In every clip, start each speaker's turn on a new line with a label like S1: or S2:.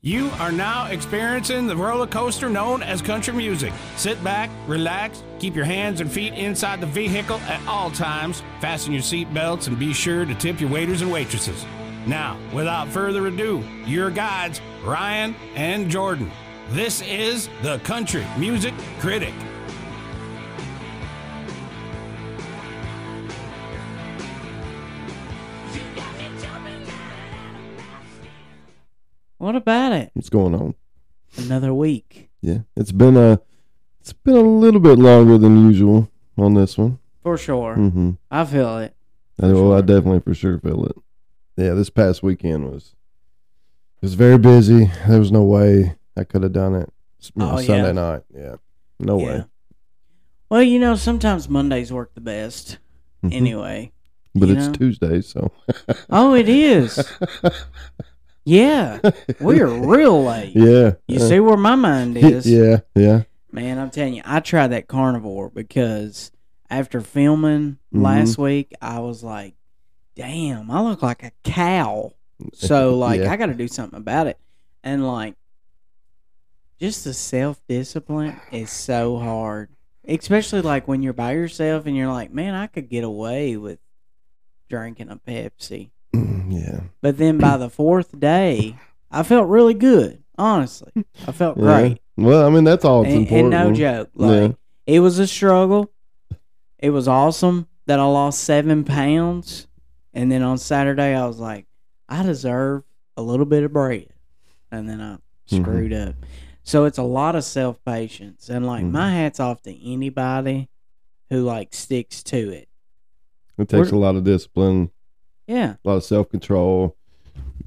S1: You are now experiencing the roller coaster known as country music. Sit back, relax, keep your hands and feet inside the vehicle at all times, fasten your seat belts, and be sure to tip your waiters and waitresses. Now, without further ado, your guides, Ryan and Jordan. This is the Country Music Critic.
S2: What about it?
S3: What's going on?
S2: Another week
S3: Yeah, it's been a it's been a little bit longer than usual on this one.
S2: for sure.
S3: Mm-hmm.
S2: I feel it.
S3: I know I
S2: sure.
S3: definitely for sure feel it. Yeah, this past weekend was it was very busy. There was no way I could have done it s- you know,
S2: Oh, yeah.
S3: Sunday night. Yeah, no
S2: Yeah.
S3: way.
S2: Well, you know, sometimes Mondays work the best.
S3: Mhm.
S2: Anyway.
S3: but
S2: you
S3: it's
S2: know.
S3: Tuesday, so
S2: Oh, it is. Yeah, we're real late.
S3: yeah.
S2: You
S3: Uh,
S2: see where my mind is.
S3: Yeah, yeah.
S2: Man, I'm telling you, I tried that carnivore because after filming
S3: Mm-hmm.
S2: last week, I was like, damn, I look like a cow. So, like,
S3: Yeah.
S2: I got to do something about it. And, like, just the self discipline is so hard, especially like when you're by yourself and you're like, man, I could get away with drinking a Pepsi.
S3: Mm, yeah.
S2: But then by the fourth day, I felt really good. Honestly, I felt
S3: Yeah.
S2: great
S3: Well, I mean that's all it's
S2: and, and
S3: important.
S2: no joke, like it was a struggle. It was awesome that I lost seven pounds, and then on Saturday I was like, I deserve a little bit of bread, and then I
S3: Mhm.
S2: screwed up. So it's a lot of self patience, and like my hats off to anybody who like sticks to it.
S3: It takes a lot of discipline.
S2: Yeah,
S3: a lot of self control.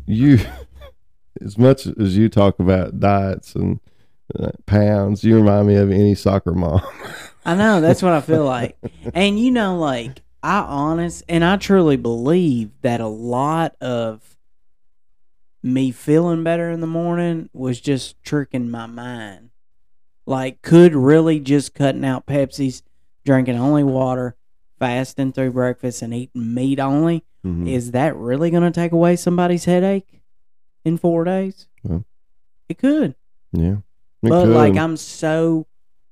S3: You, as much as you talk about diets and uh, pounds, you remind me of any soccer mom.
S2: I know that's what I feel like, and you know, like I honest and I truly believe that a lot of me feeling better in the morning was just tricking my mind. Like, could really just cutting out Pepsis, drinking only water, fasting through breakfast, and eating meat only,
S3: Mhm.
S2: is that really going to take away somebody's headache in four days?
S3: Well.
S2: It could.
S3: Yeah, It
S2: but, like,
S3: could.
S2: I'm so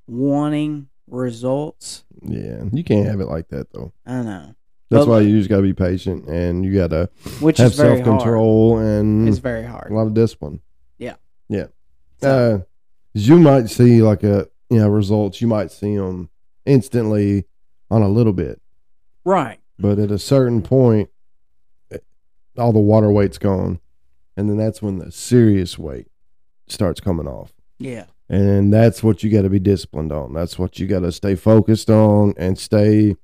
S2: wanting results.
S3: yeah, you can't have it like that though.
S2: I know.
S3: That's
S2: But-
S3: why you just gotta be patient and you gotta
S2: Which
S3: have
S2: is very
S3: self
S2: hard.
S3: control and
S2: It's very hard.
S3: a lot of discipline.
S2: Yeah.
S3: yeah.
S2: So-
S3: uh, you might see like a you know results. You might see them instantly on a little bit.
S2: Right.
S3: but at a certain point it- all the water weight's gone and then that's when the serious weight starts coming off
S2: Yeah.
S3: and that's what you got to be disciplined on that's what you got to stay focused on and stay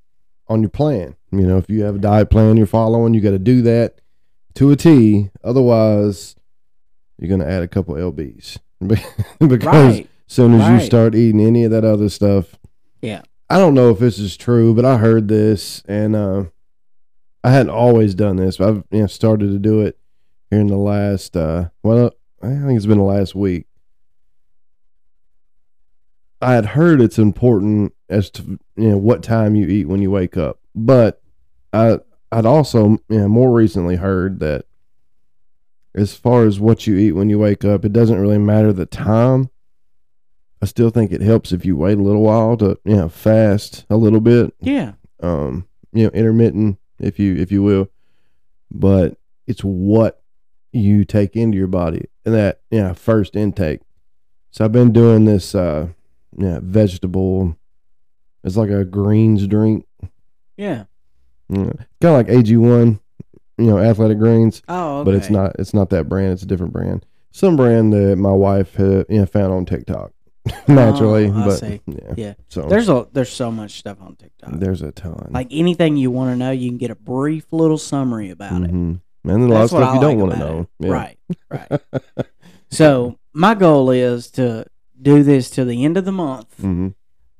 S3: on your plan you know if you have a diet plan you're following you got to do that to a t otherwise you're going to add a couple lbs because
S2: Right.
S3: soon as
S2: Right.
S3: you start eating any of that other stuff.
S2: Yeah.
S3: I don't know if this is true, but I heard this and uh I hadn't always done this, but I've you know, started to do it here in the last uh well I think it's been the last week. I had heard it's important as to you know what time you eat when you wake up. But I I'd also you know, more recently heard that as far as what you eat when you wake up, it doesn't really matter the time. I still think it helps if you wait a little while to you know fast a little bit,
S2: Yeah.
S3: um, you know intermittent if you if you will, but it's what you take into your body and that you know first intake. So I've been doing this uh, you know, vegetable. It's like a greens drink,
S2: Yeah.
S3: you know, kind of like AG one, you know, athletic greens
S2: Oh, okay.
S3: but it's not it's not that brand. It's a different brand. Some brand that my wife uh, you know, found on TikTok naturally,
S2: Oh, I
S3: but
S2: see.
S3: yeah,
S2: Yeah.
S3: So
S2: There's a there's so much stuff on TikTok.
S3: there's a ton.
S2: like anything you want to know, you can get a brief little summary about it.
S3: Mhm. and then a lot of
S2: That's what
S3: stuff
S2: I
S3: you don't
S2: like
S3: want to
S2: about
S3: know.
S2: it.
S3: Yeah.
S2: Right. Right. so my goal is to do this to the end of the month.
S3: Mhm.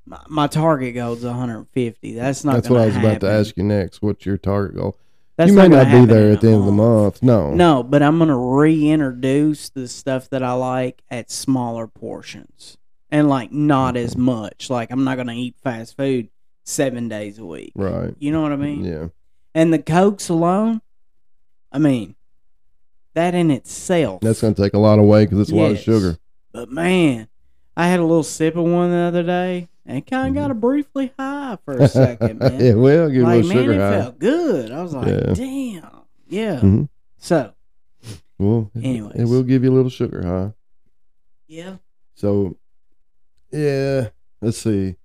S2: My, my target goal is 150. That's not.
S3: That's
S2: gonna
S3: what I was about to
S2: happen.
S3: ask you next. What's your target goal?
S2: That's
S3: you may
S2: gonna
S3: not be
S2: happen
S3: there
S2: in
S3: at the
S2: a
S3: end of the month. No.
S2: No, but I'm gonna reintroduce the stuff that I like at smaller portions and like not as much. Like I'm not gonna eat fast food seven days a week.
S3: Right.
S2: You know what I mean?
S3: Yeah.
S2: And the cokes alone, I mean, that in itself.
S3: That's going to take a lot away because it's a lot of
S2: Yes.
S3: sugar.
S2: But man, I had a little sip of one the other day and kind of got a briefly high for a second, man.
S3: Mm-hmm. yeah, well, give
S2: like
S3: it
S2: man,
S3: a little
S2: it
S3: sugar high.
S2: felt good. I was like,
S3: Yeah.
S2: damn, yeah.
S3: Mhm.
S2: So
S3: Well, it-
S2: Anyways.
S3: it will give you a little sugar high.
S2: yeah,
S3: So, yeah, let's see.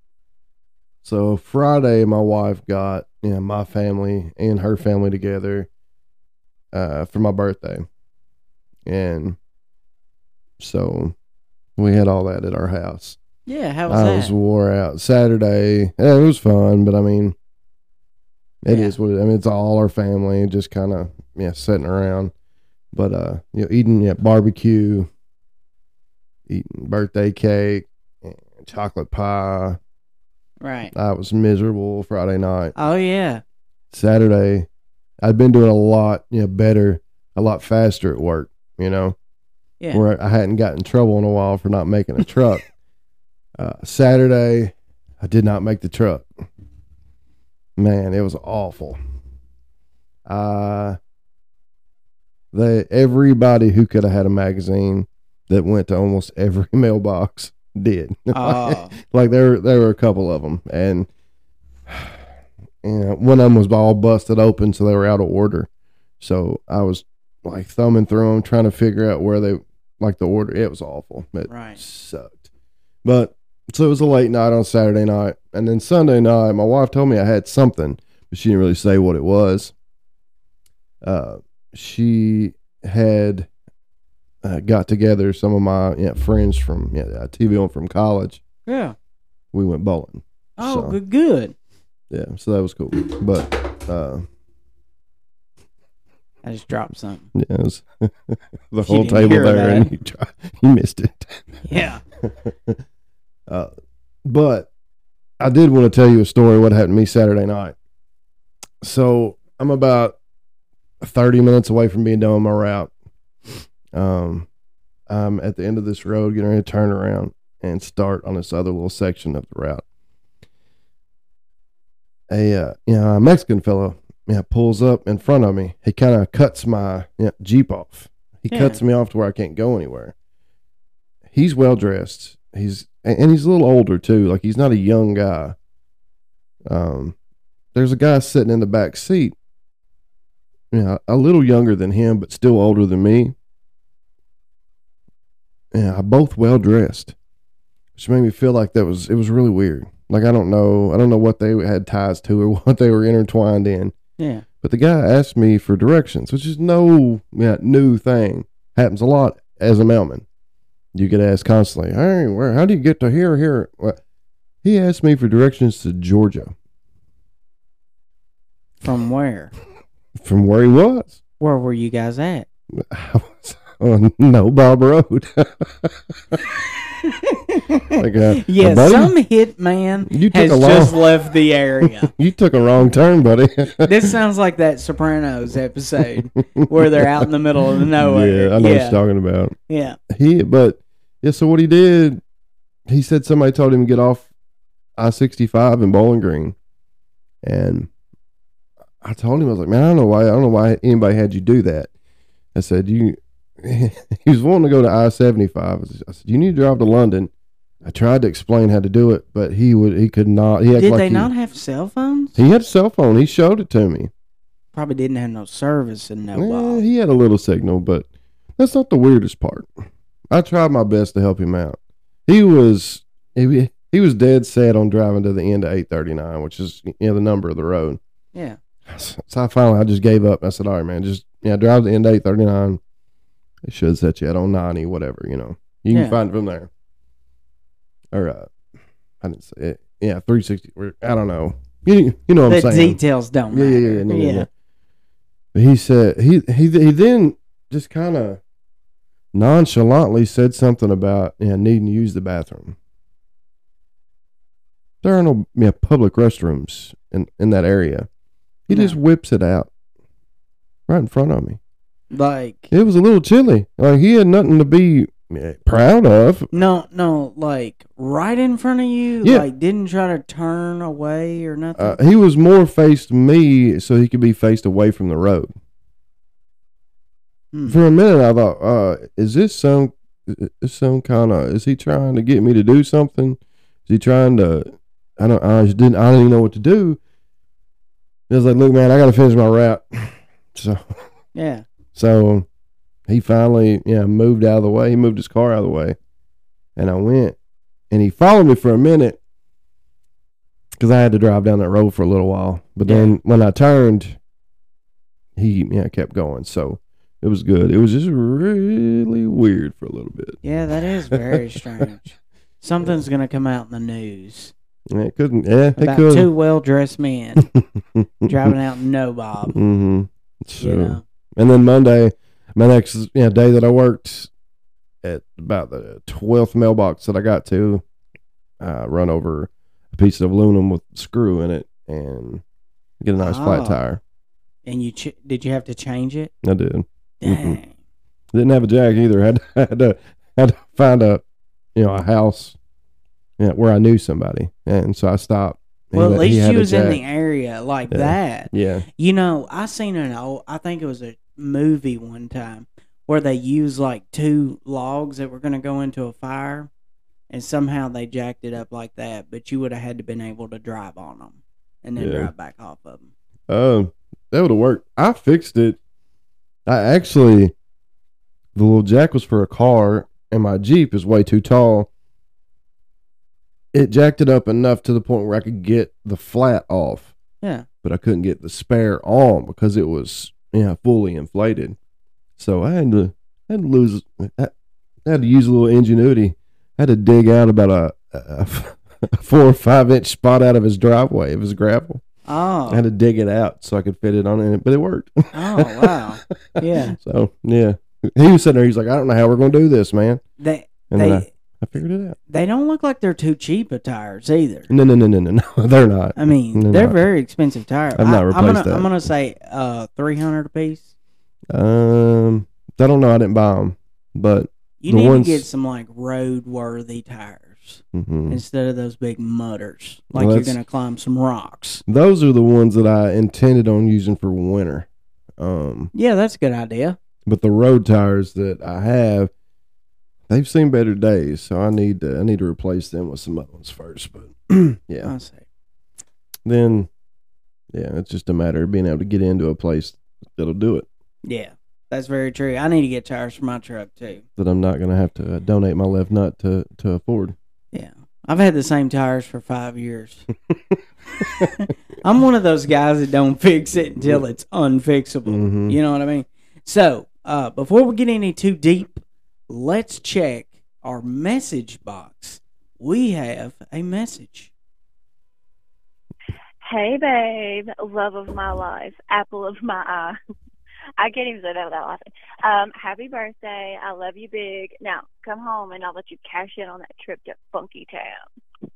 S3: So Friday, my wife got you know, my family and her family together uh, for my birthday, and so we had all that at our house.
S2: yeah. How
S3: I
S2: was
S3: was
S2: that?
S3: wore out. Saturday, yeah, it was fun, but I mean, it is
S2: Yeah.
S3: what it, I mean. It's all our family, just kind of yeah, sitting around, but uh, you know, eating yeah, barbecue, eating birthday cake, and chocolate pie.
S2: Right.
S3: I was miserable Friday night.
S2: Oh yeah.
S3: Saturday, I'd been doing a lot, you know, better, a lot faster at work. You know,
S2: Yeah.
S3: where I hadn't got in trouble in a while for not making a truck. uh, Saturday, I did not make the truck. Man, it was awful. Uh, they everybody who could have had a magazine that went to almost every mailbox did.
S2: Oh
S3: like there, there were a couple of them, and and one of them was all busted open, so they were out of order. So I was like thumbing through them, trying to figure out where they like the order. It was awful. It
S2: Right.
S3: sucked. But so it was a late night on Saturday night, and then Sunday night, my wife told me I had something, but she didn't really say what it was. Uh, she had uh, got together some of my you know, friends from yeah, uh, TV on from college.
S2: yeah.
S3: We went bowling.
S2: Oh
S3: So-
S2: good. Good.
S3: Yeah, so that was cool. But uh
S2: I just dropped something.
S3: yeah, it was the whole
S2: didn't
S3: table
S2: hear
S3: there
S2: that.
S3: and you tried, you missed it.
S2: Yeah.
S3: Uh but I did want to tell you a story what happened to me Saturday night. So I'm about thirty minutes away from being done with my route. Um I'm at the end of this road getting ready to turn around and start on this other little section of the route. A uh, you know, a Mexican fellow you know, pulls up in front of me. He kind of cuts my you know, Jeep off. He
S2: Yeah.
S3: cuts me off to where I can't go anywhere. He's well dressed. He's and and he's a little older too. Like he's not a young guy. Um, there's a guy sitting in the back seat. You know, a little younger than him, but still older than me. Yeah, both well dressed, which made me feel like that was it was really weird. Like I don't know, I don't know what they had ties to or what they were intertwined in.
S2: Yeah.
S3: But the guy asked me for directions, which is no yeah, new thing. Happens a lot as a mailman. You get asked constantly, "Hey, where? How do you get to here? Here?" Well, he asked me for directions to Georgia
S2: From where?
S3: from where he was.
S2: Where were you guys at?
S3: I was on No Bob Road. like, uh,
S2: yeah.
S3: buddy,
S2: Some hitman
S3: you took
S2: has
S3: a long,
S2: just left the area.
S3: you took a wrong turn, buddy.
S2: this sounds like that Sopranos episode where they're out in the middle of nowhere.
S3: yeah, I know what
S2: yeah.
S3: you're talking about.
S2: yeah.
S3: He, but yeah. So what he did, he said somebody told him to get off I sixty five in Bowling Green, and I told him I was like, man, I don't know why, I don't know why anybody had you do that. I said you. he was wanting to go to I seventy five. I said you need to drive to London. I tried to explain how to do it, but he would he could not. He acted
S2: Did
S3: like
S2: they
S3: he,
S2: not have cell phones?
S3: He had a cell phone. He showed it to me.
S2: Probably didn't have no service in no
S3: Eh,
S2: box.
S3: he had a little signal, but that's not the weirdest part. I tried my best to help him out. He was he, he was dead set on driving to the end of eight thirty nine, which is you know the number of the road.
S2: Yeah.
S3: So I finally I just gave up. I said, "All right, man, just yeah, drive to the end of eight thirty nine. It should set you at on ninety, whatever you know. You can
S2: Yeah.
S3: find it from there." All right, I didn't say it. Yeah, three sixty. I don't know. You you know what I'm
S2: the
S3: saying?
S2: details don't
S3: Yeah,
S2: matter.
S3: yeah, yeah, yeah, yeah, yeah. But he said he he he then just kind of nonchalantly said something about you know, needing to use the bathroom. There are no you know, public restrooms in in that area. He just whips it out right in front of me.
S2: Like
S3: It was a little chilly. Like he had nothing to be eh, proud of.
S2: no, no, like right in front of you.
S3: Yeah.
S2: Like didn't try to turn away or nothing.
S3: Uh, he was more faced me so he could be faced away from the road.
S2: Hmm.
S3: For a minute, I thought, uh, is this some, is some kind of, is he trying to get me to do something? Is he trying to? I don't. I just didn't. I didn't even know what to do. I was like, look, man, I got to finish my rap. So,
S2: Yeah.
S3: so he finally, yeah, moved out of the way. He moved his car out of the way, and I went, and he followed me for a minute because I had to drive down that road for a little while. But then when I turned, he yeah kept going. So it was good. It was just really weird for a little bit.
S2: Yeah, that is very strange. Something's going to come out in the news
S3: And it couldn't. Yeah, it
S2: about
S3: could.
S2: two well dressed men driving out in no bob.
S3: Mm-hmm. So,
S2: You know?
S3: and then Monday, my next you know, day that I worked at about the twelfth mailbox that I got to, I run over a piece of aluminum with screw in it and get a nice
S2: Ah.
S3: flat tire.
S2: And you ch- did you have to change it?
S3: I did. Mhm.
S2: Dang.
S3: Didn't have a jack either. Had to, had to had to find a you know a house you know, where I knew somebody, and so I stopped. He
S2: Well, at
S3: let- he
S2: least
S3: had
S2: you
S3: a
S2: was in the
S3: jack.
S2: area like
S3: Yeah.
S2: that.
S3: Yeah.
S2: You know, I seen an old. I think it was a movie one time where they used like two logs that were going to go into a fire, and somehow they jacked it up like that. But you would have had to been able to drive on them and then
S3: Yeah.
S2: drive back off of them.
S3: Um, that would have worked. I fixed it. I actually, the little jack was for a car, and my Jeep is way too tall. It jacked it up enough to the point where I could get the flat off,
S2: Yeah,
S3: but I couldn't get the spare on because it was, you know, fully inflated. So I had to, I had to lose, I, I had to use a little ingenuity. I had to dig out about a, a a four or five inch spot out of his driveway of his gravel. I had
S2: Oh,
S3: to dig it out so I could fit it on it, but it worked.
S2: oh wow. Yeah.
S3: So yeah, he was sitting there. He's like, I don't know how we're gonna do this, man.
S2: They
S3: And
S2: they
S3: then I, I figured it out.
S2: they don't look like they're too cheap of tires either.
S3: No, no, no, no, no, no. They're not.
S2: I mean,
S3: They're
S2: they're
S3: not.
S2: very expensive tires.
S3: I've not
S2: I- I'm
S3: replaced
S2: gonna,
S3: that.
S2: I'm gonna say uh, three hundred a piece.
S3: Um, I don't know. I didn't buy them, but
S2: You
S3: The
S2: need
S3: ones-
S2: to get some like road worthy tires
S3: mhm.
S2: instead of those big mudders.
S3: Well,
S2: Like you're
S3: that's-
S2: gonna climb some rocks.
S3: those are the ones that I intended on using for winter. Um,
S2: Yeah, that's a good idea.
S3: but the road tires that I have, they've seen better days, so I need to I need to replace them with some other ones first. But yeah,
S2: I say.
S3: then yeah, it's just a matter of being able to get into a place that'll do it.
S2: Yeah, that's very true. I need to get tires for my truck too.
S3: That I'm not gonna have to uh, donate my left nut to to afford.
S2: Yeah, I've had the same tires for five years. I'm one of those guys that don't fix it until it's unfixable.
S3: Mhm.
S2: You know what I mean? So, uh, before we get any too deep, let's check our message box. We have a message.
S4: Hey, babe, love of my life, apple of my eye. I can't even say that without laughing. Um, happy birthday. I love you big. Now, come home and I'll let you cash in on that trip to Funky Town.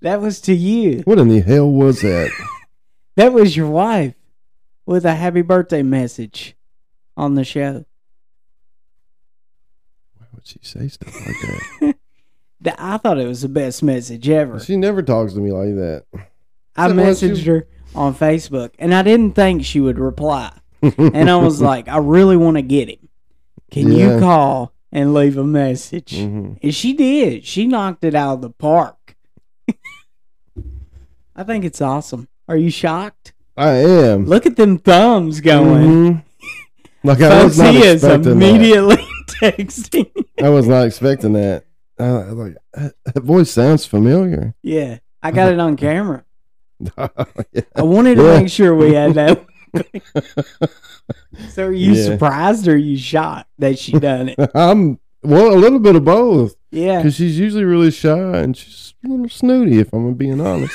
S2: That was to you.
S3: What in the hell was that?
S2: That was your wife with a happy birthday message on the show.
S3: Why would she say stuff like that?
S2: Th- I thought it was the best message ever.
S3: She never talks to me like that.
S2: I
S3: said, "What's
S2: messaged her on Facebook and I didn't think she would reply. And I was like, I really want to get him. Can
S3: Yeah.
S2: you call and leave a message?
S3: Mhm.
S2: And she did. She knocked it out of the park. I think it's awesome. Are you shocked?
S3: I am
S2: Look at them thumbs going.
S3: Mhm. Like I
S2: Folks,
S3: was not
S2: he is
S3: expecting that.
S2: immediately texting.
S3: I was not expecting that. I, I like that that voice sounds familiar.
S2: Yeah, I got it on camera.
S3: Yeah.
S2: I wanted to
S3: Yeah.
S2: make sure we had that. so are you
S3: Yeah.
S2: surprised or are you shocked that she done it?
S3: I'm well a little bit of both.
S2: Yeah.
S3: Because she's usually really shy and she's a little snooty, if I'm being honest.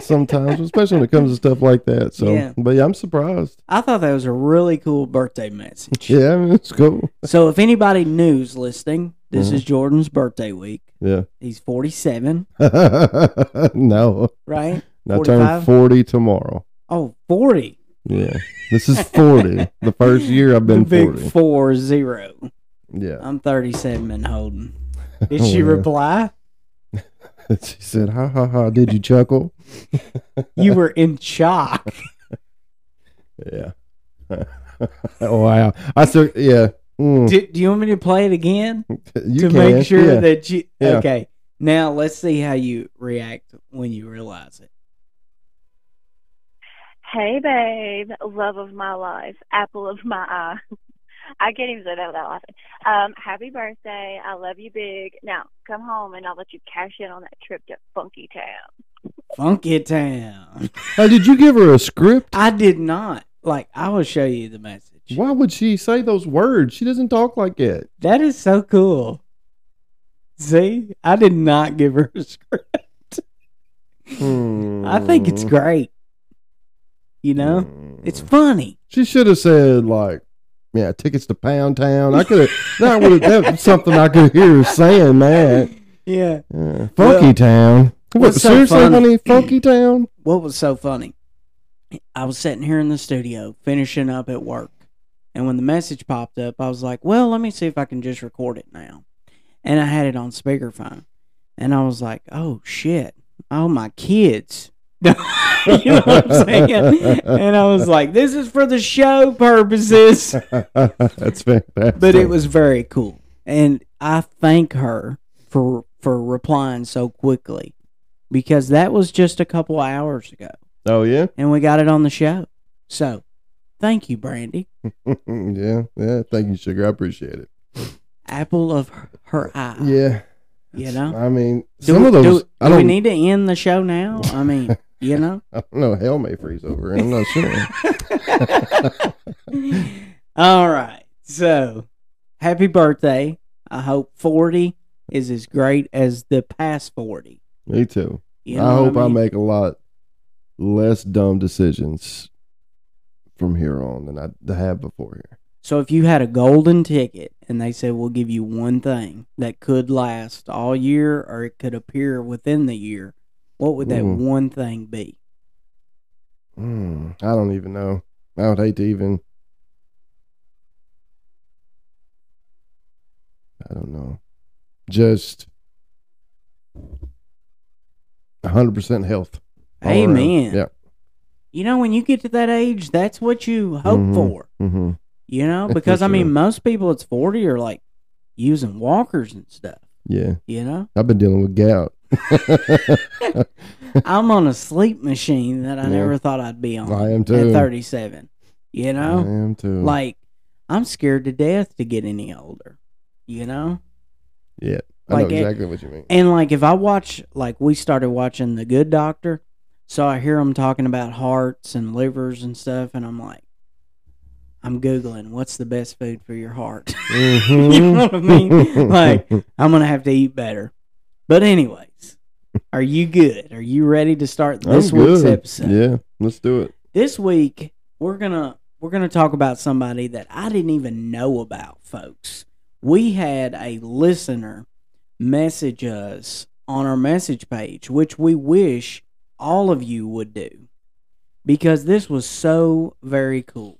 S3: Sometimes, especially when it comes to stuff like that. So,
S2: Yeah.
S3: but yeah, I'm surprised.
S2: I thought that was a really cool birthday message.
S3: Yeah, I mean, it's cool.
S2: So if anybody new's listening, this
S3: Mhm.
S2: is Jordan's birthday week.
S3: Yeah.
S2: He's 47,
S3: no,
S2: right?
S3: I turn
S2: 45?
S3: 40 tomorrow.
S2: Oh, 40.
S3: Yeah. This is 40. the first year I've been
S2: the big
S3: 40.
S2: 4 0.
S3: Yeah.
S2: I'm 37 and holding. Did
S3: Oh,
S2: she
S3: yeah.
S2: reply?
S3: she said, ha ha ha, did you chuckle?
S2: You were in shock.
S3: Yeah. Oh, wow. I still, yeah. Mm,
S2: Do, do you want me to play it again
S3: you
S2: to
S3: can.
S2: make sure
S3: yeah.
S2: that you?
S3: Yeah.
S2: Okay. Now let's see how you react when you realize it.
S4: Hey, babe, love of my life, apple of my eye. I can't even say that without laughing. Um, happy birthday. I love you big. Now, come home and I'll let you cash in on that trip to Funky Town.
S2: Funky Town.
S3: Now, did you give her a script?
S2: I did not like. I will show you the message.
S3: Why would she say those words? She doesn't talk like that.
S2: That is so cool. See, I did not give her a script. I think
S3: Hmm.
S2: it's
S3: Mm.
S2: great. You know, it's funny.
S3: She should have said like, "Yeah, tickets to Pound Town." I could have. that would have. That's something I could hear her saying that.
S2: Yeah.
S3: Yeah. Funky
S2: Well,
S3: Town. What,
S2: what's so
S3: seriously,
S2: funny-
S3: honey? Funky Town.
S2: What was so funny? I was sitting here in the studio finishing up at work. And when the message popped up, I was like, well, let me see if I can just record it now. And I had it on speakerphone. And I was like, oh, shit. Oh, my kids. you know what I'm saying? And I was like, this is for the show purposes.
S3: That's fantastic.
S2: but it was very cool and i thank her for for replying so quickly because that was just a couple hours ago
S3: Oh yeah,
S2: and we got it on the show so thank you brandy
S3: yeah, yeah. Thank you, sugar. I appreciate it.
S2: apple of her, her eye
S3: Yeah,
S2: you know
S3: I mean,
S2: do,
S3: some of
S2: do-
S3: those. I
S2: do we
S3: don't.
S2: need to end the show now i mean you know
S3: I don't know. Hell may freeze over. I'm not sure.
S2: all right so happy birthday i hope 40 is as great as the past 40
S3: Me too.
S2: you know
S3: I
S2: what
S3: hope I,
S2: mean?
S3: make a lot less dumb decisions from here on than I than I have before here.
S2: So if you had a golden ticket and they said we'll give you one thing that could last all year or it could appear within the year, what would that
S3: Ooh.
S2: one thing be?
S3: Mm, I don't even know. I would hate to even. I don't know. Just 100% health. all around.
S2: Amen.
S3: Yeah.
S2: You know, when you get to that age, that's what you hope
S3: Mhm.
S2: for.
S3: Mm-hmm.
S2: You know, because I
S3: Sure.
S2: mean, most people it's forty are like using walkers and stuff.
S3: Yeah.
S2: You know,
S3: I've been dealing with gout.
S2: I'm on a sleep machine that I
S3: Yeah.
S2: never thought I'd be on.
S3: I am
S2: At
S3: too.
S2: 37, you
S3: I
S2: know,
S3: am too.
S2: like I'm scared to death to get any older. You know.
S3: yeah. I
S2: like
S3: know
S2: it-
S3: exactly what you mean.
S2: And like if I watch like we started watching The Good Doctor, so I hear them talking about hearts and livers and stuff and I'm like I'm googling what's the best food for your heart. you know what I mean?
S3: Mm-hmm.
S2: Like I'm going to have to eat better. But anyways, are you good? Are you ready to start
S3: I'm
S2: this week's
S3: good.
S2: episode?
S3: Yeah, let's do it.
S2: This week we're going to we're going to talk about somebody that I didn't even know about, folks. We had a listener message us on our message page, which we wish all of you would do because this was so very cool.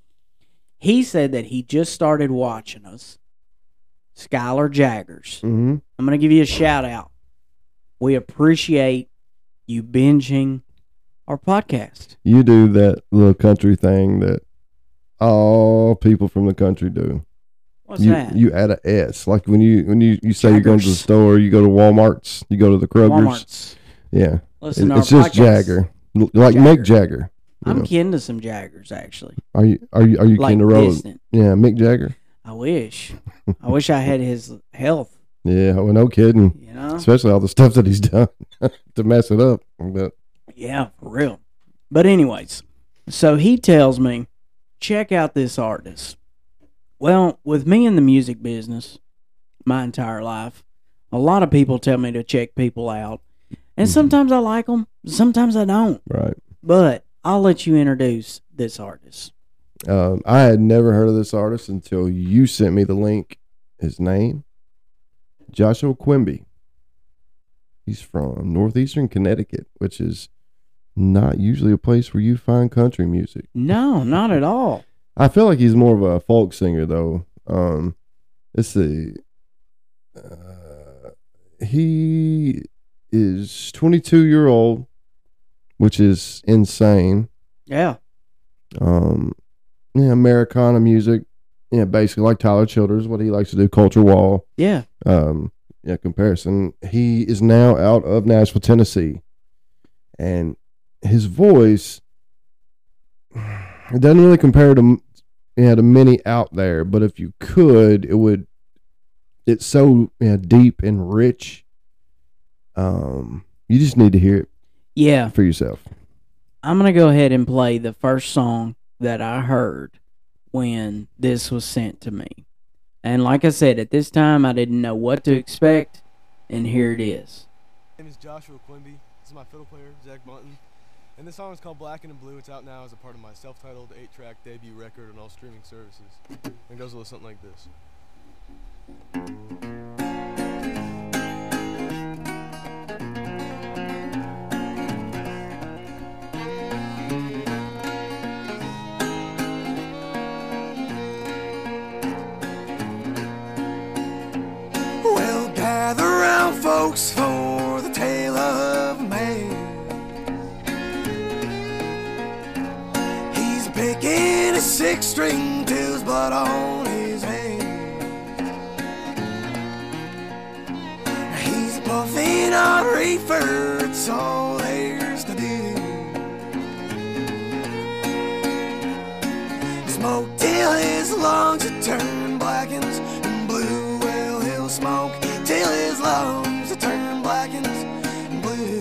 S2: He said that he just started watching us, Skylar Jaggers.
S3: Mm-hmm.
S2: I'm going to give you a shout out. We appreciate you binging our podcast.
S3: You do that little country thing that all people from the country do.
S2: What's
S3: you
S2: that?
S3: you add a S. Like when you when you, you say you're going to the
S2: Jaggers.
S3: store, you go to Walmart's, you go to the Kroger's.
S2: Walmart's.
S3: Yeah.
S2: Listen
S3: It-
S2: to our
S3: it's just
S2: podcast.
S3: Jagger. L- Like Mick Jagger. you
S2: I'm
S3: know.
S2: kin to some Jaggers, actually.
S3: Are you are you are you
S2: like
S3: King of Rose?
S2: distant.
S3: Yeah, Mick Jagger.
S2: I wish. I wish I had his health,
S3: Yeah, well no kidding.
S2: you know?
S3: Especially all the stuff that he's done to mess it up. But
S2: Yeah, for real. But anyways, so he tells me, check out this artist. Well, with me in the music business my entire life, a lot of people tell me to check people out. And
S3: Mhm.
S2: sometimes I like them, sometimes I don't.
S3: right.
S2: But I'll let you introduce this artist.
S3: Um, I had never heard of this artist until you sent me the link. His name, Joshua Quimby. He's from northeastern Connecticut, which is not usually a place where you find country music.
S2: No, not at all.
S3: I feel like he's more of a folk singer, though. Um, let's see. Uh, he is 22 year old, which is insane.
S2: Yeah.
S3: Um, you know, Americana music, you know, basically like Tyler Childers, what he likes to do, Culture Wall,
S2: Yeah.
S3: um, yeah, comparison. He is now out of Nashville, Tennessee, and his voice it doesn't really compare to m- yeah to many out there. But if you could, it would. It's so yeah, deep and rich. Um, you just need to hear it
S2: Yeah.
S3: for yourself.
S2: I'm going to go ahead and play the first song that I heard when this was sent to me. And like I said, at this time, I didn't know what to expect. And here it is.
S5: My name is Joshua Quimby. This is my fiddle player, Zach Munton. And this song is called Black and Blue. It's out now as a part of my self titled 8 track debut record on all streaming services. And it goes a little something like this.
S6: Well, gather round, folks, for the tale of a man. He's picking a six string till his blood on his hands. He's puffing on reefer, it's all there's to do. Smoke till his lungs are turn blackens and blue. Well, he'll smoke till his lungs are turn blackens and blue.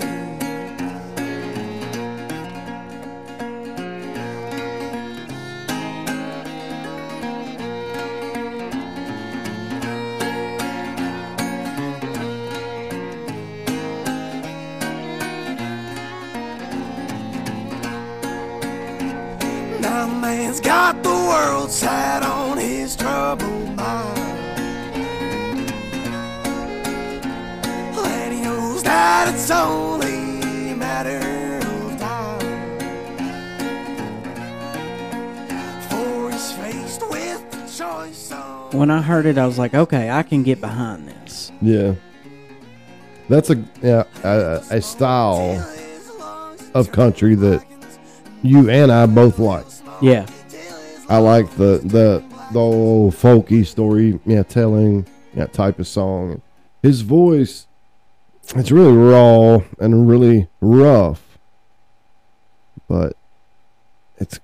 S6: Now man's got the world sat on his troubled mind. And he knows that it's only a matter of time. For he's faced with the choice of
S2: When I heard it, I was like, okay, I can get behind this.
S3: Yeah, that's a yeah a, a style of country that you and I both like.
S2: Yeah.
S3: I like the the the old folky story, yeah, telling yeah type of song. His voice, it's really raw and really rough, but it's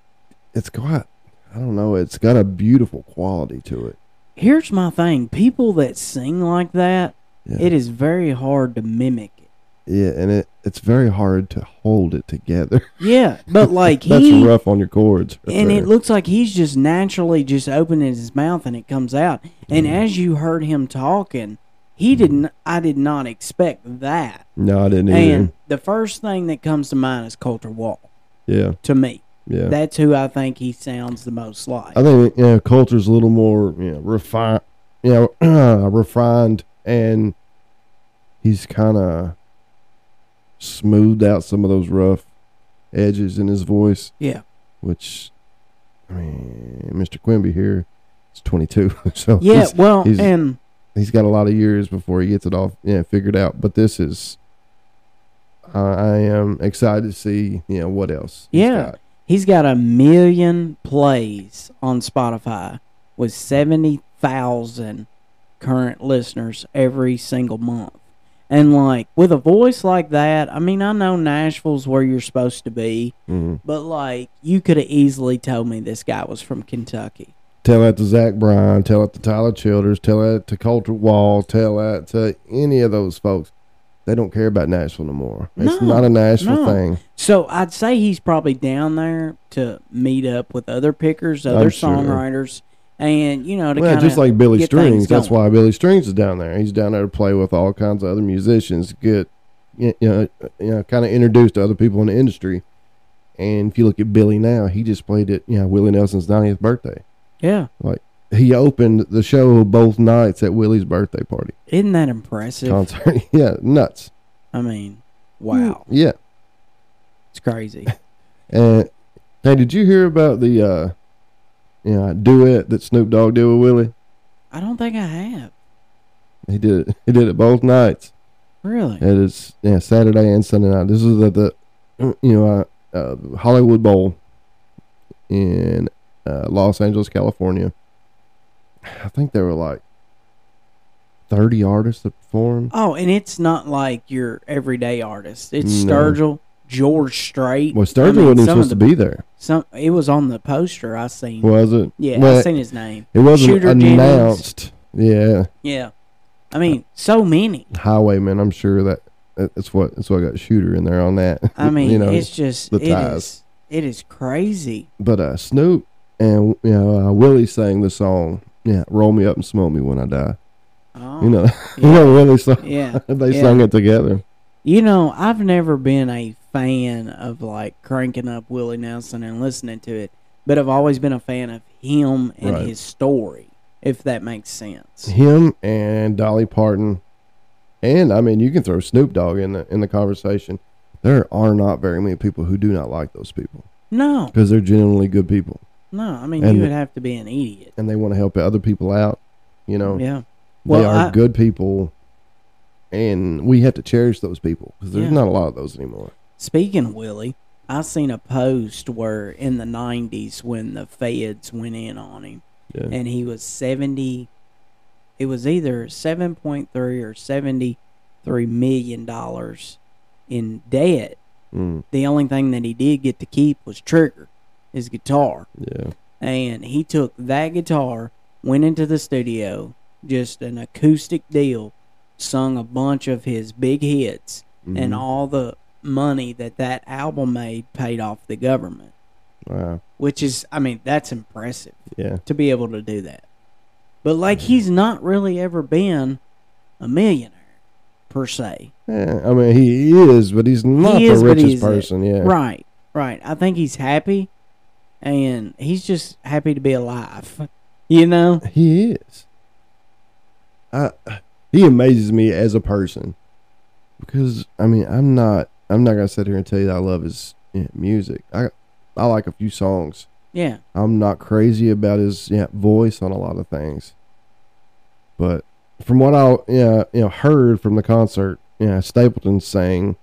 S3: it's got I don't know, it's got a beautiful quality to it.
S2: Here's my thing people that sing like that,
S3: Yeah.
S2: it is very hard to mimic it.
S3: Yeah, and it it's very hard to hold it together.
S2: Yeah. But like,
S3: That's
S2: he.
S3: rough on your chords. right
S2: and it
S3: there.
S2: looks like he's just naturally just opening his mouth and it comes out. And
S3: Mm.
S2: as you heard him talking, he didn't. I did not expect that.
S3: no, I didn't
S2: And
S3: either.
S2: the first thing that comes to mind is Coulter Wall
S3: Yeah,
S2: to me.
S3: yeah.
S2: That's who I think he sounds the most like.
S3: I think you know culture's a little more you know refined, you know refined, and he's kind of smoothed out some of those rough edges in his voice.
S2: Yeah.
S3: which I mean, Mr. Quimby here is 22, so
S2: Yeah.
S3: he's,
S2: Well,
S3: he's-
S2: and
S3: he's got a lot of years before he gets it all yeah figured out. But this is. I I am excited to see, you know, what else. he's
S2: Yeah.
S3: got.
S2: he's got a million plays on Spotify with seventy thousand current listeners every single month. And like with a voice like that, I mean, I know Nashville's where you're supposed to be,
S3: Mhm.
S2: But like, you could have easily told me this guy was from Kentucky.
S3: Tell that to Zach Bryan. Tell it to Tyler Childers. Tell that to Coulter Wall. Tell that to any of those folks. They don't care about Nashville no more. It's
S2: No,
S3: not a Nashville
S2: no.
S3: thing.
S2: So I'd say he's probably down there to meet up with other pickers, other
S3: I'm sure.
S2: songwriters, and you know to
S3: Well,
S2: kind of
S3: just like Billy
S2: get things
S3: Strings. That's
S2: going.
S3: why Billy Strings is down there. He's down there to play with all kinds of other musicians. Get you know, you know, kind of introduced to other people in the industry. And if you look at Billy now, he just played at you know Willie Nelson's 90th birthday.
S2: Yeah,
S3: He opened the show both nights at Willie's birthday party
S2: isn't that impressive?
S3: concert. yeah, nuts.
S2: I mean, wow,
S3: Yeah.
S2: it's crazy.
S3: And hey, did you hear about the uh you know, duet that Snoop Dogg did with Willie?
S2: I don't think I have
S3: He did it. He did it both nights.
S2: really.
S3: It is yeah, Saturday and Sunday night. This is at the you know uh, uh, Hollywood Bowl in uh, Los Angeles, California. I think there were like 30 artists that performed.
S2: Oh, and it's not like your everyday artist. It's
S3: No.
S2: Sturgill, George Strait.
S3: Well, Sturgill
S2: I mean,
S3: wasn't even
S2: some of
S3: supposed to
S2: the-
S3: be there,
S2: Some it was on the poster I seen.
S3: was it?
S2: yeah,
S3: Well,
S2: I seen his name.
S3: it wasn't
S2: Shooter Jennings.
S3: announced. Yeah,
S2: Yeah, I
S3: Uh,
S2: mean, so many.
S3: Highwayman. I'm sure that that's what that's what got Shooter in there on that.
S2: I mean,
S3: you know,
S2: it's just
S3: the
S2: it
S3: ties.
S2: is it is crazy.
S3: but uh, Snoop and you know uh, Willie sang the song. Yeah, roll me up and smoke me when I die.
S2: Oh,
S3: You know, you know Willie song.
S2: yeah,
S3: they
S2: yeah.
S3: sung it together.
S2: You know, I've never been a fan of like cranking up Willie Nelson and listening to it, but I've always been a fan of him and
S3: Right.
S2: his story, if that makes sense.
S3: Him and Dolly Parton, and I mean, you can throw Snoop Dogg in the in the conversation. There are not very many people who do not like those people
S2: No,
S3: because they're genuinely good people
S2: no, I mean,
S3: And-
S2: you would have to be an idiot.
S3: and they want to help other people out. You know,
S2: Yeah.
S3: they
S2: Well,
S3: are
S2: I-
S3: good people, and we have to cherish those people because there's
S2: Yeah.
S3: not a lot of those anymore.
S2: Speaking of Willie, I seen a post where in the 90s when the feds went in on him
S3: Yeah.
S2: and he was 70 it was either 7.3 or 73 million dollars in debt.
S3: Mm,
S2: The only thing that he did get to keep was Trigger, his guitar.
S3: yeah,
S2: And he took that guitar, went into the studio, just an acoustic deal, sung a bunch of his big hits and
S3: Mhm.
S2: all the money that that album made paid off the government,
S3: wow,
S2: which is, I mean, that's impressive
S3: yeah.
S2: to be able to do that. But like,
S3: Mm-hmm.
S2: he's not really ever been a millionaire per se.
S3: Yeah, I mean, he is, but he's not
S2: is,
S3: the
S2: but
S3: richest
S2: he's a-
S3: person. Yeah,
S2: Right, right. I think he's happy, and he's just happy to be alive. You know?
S3: he is. I, he amazes me as a person because I mean, I'm not, I'm not gonna sit here and tell you that I love his you know, music. I, I like a few songs.
S2: Yeah.
S3: I'm not crazy about his yeah, voice on a lot of things, but from what I yeah, you know heard from the concert, yeah, Stapleton sang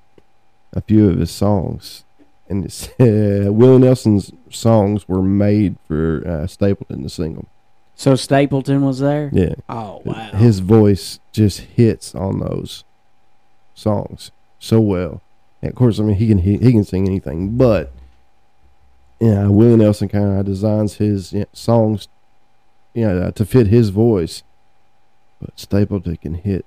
S3: a few of his songs, and it said Willie Nelson's songs were made for uh, Stapleton to sing them.
S2: So Stapleton was there.
S3: Yeah,
S2: Oh wow.
S3: his voice just hits on those songs so well. And of course, I mean he can he, he can sing anything, but yeah, Willie Nelson kind of designs his you know, songs, you know, uh, to fit his voice. But Stapleton can hit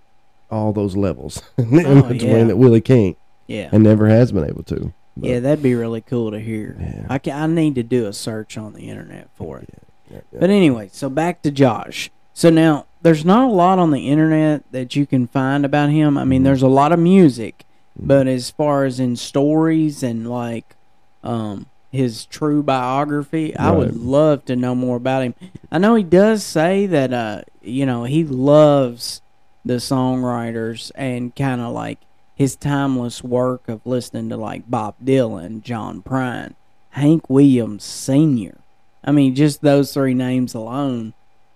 S3: all those levels, and that's
S2: Oh, yeah.
S3: one that Willie can't
S2: yeah.
S3: and never has been able to. But,
S2: Yeah, that'd be really cool to hear.
S3: Yeah.
S2: I, ca I need to do a search on the internet for it.
S3: yeah, yeah.
S2: But anyway, so back to Josh. So now there's not a lot on the internet that you can find about him. I mean,
S3: Mm-hmm.
S2: there's a lot of music, but as far as in stories and like um his true biography, I would
S3: Right.
S2: love to know more about him. I know he does say that uh you know, he loves the songwriters and kind of like his timeless work of listening to like Bob Dylan, John Prine, Hank Williams Sr. I mean, just those three names alone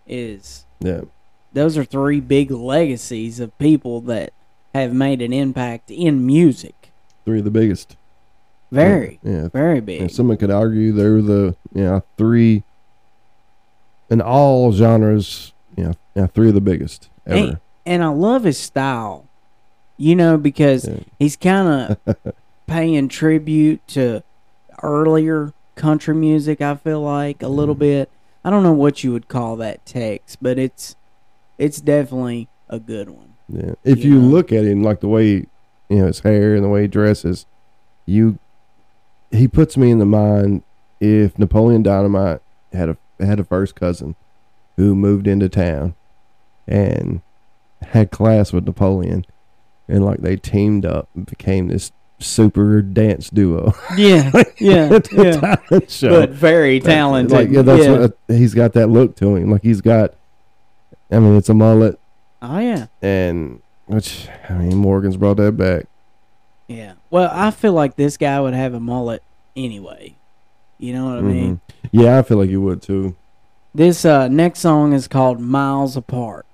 S2: is
S3: yeah.
S2: those are three big legacies of people that have made an impact in music.
S3: three of the biggest.
S2: Very,
S3: yeah,
S2: very
S3: And
S2: big.
S3: someone could argue they're the you know, three in all genres, you know, you know, three of the biggest
S2: And,
S3: ever.
S2: and I love his style, you know, because
S3: Yeah.
S2: he's kind of paying tribute to earlier country music. I feel like a little
S3: Mm-hmm.
S2: bit. I don't know what you would call that text, but it's it's definitely a good one.
S3: yeah. If you
S2: Yeah.
S3: look at him, like the way you know his hair and the way he dresses, you he puts me in the mind if Napoleon Dynamite had a had a first cousin who moved into town and had class with Napoleon, and like they teamed up and became this super dance duo.
S2: Yeah, yeah, yeah.
S3: Talent show.
S2: but very talented.
S3: Like yeah, that's What, uh, he's got that look to him. Like he's got, I mean, it's a mullet,
S2: oh yeah,
S3: and which I mean, Morgan's brought that back.
S2: yeah. Well, I feel like this guy would have a mullet anyway. You know what I mean?
S3: Yeah, I feel like you would too.
S2: This uh, next song is called "Miles Apart."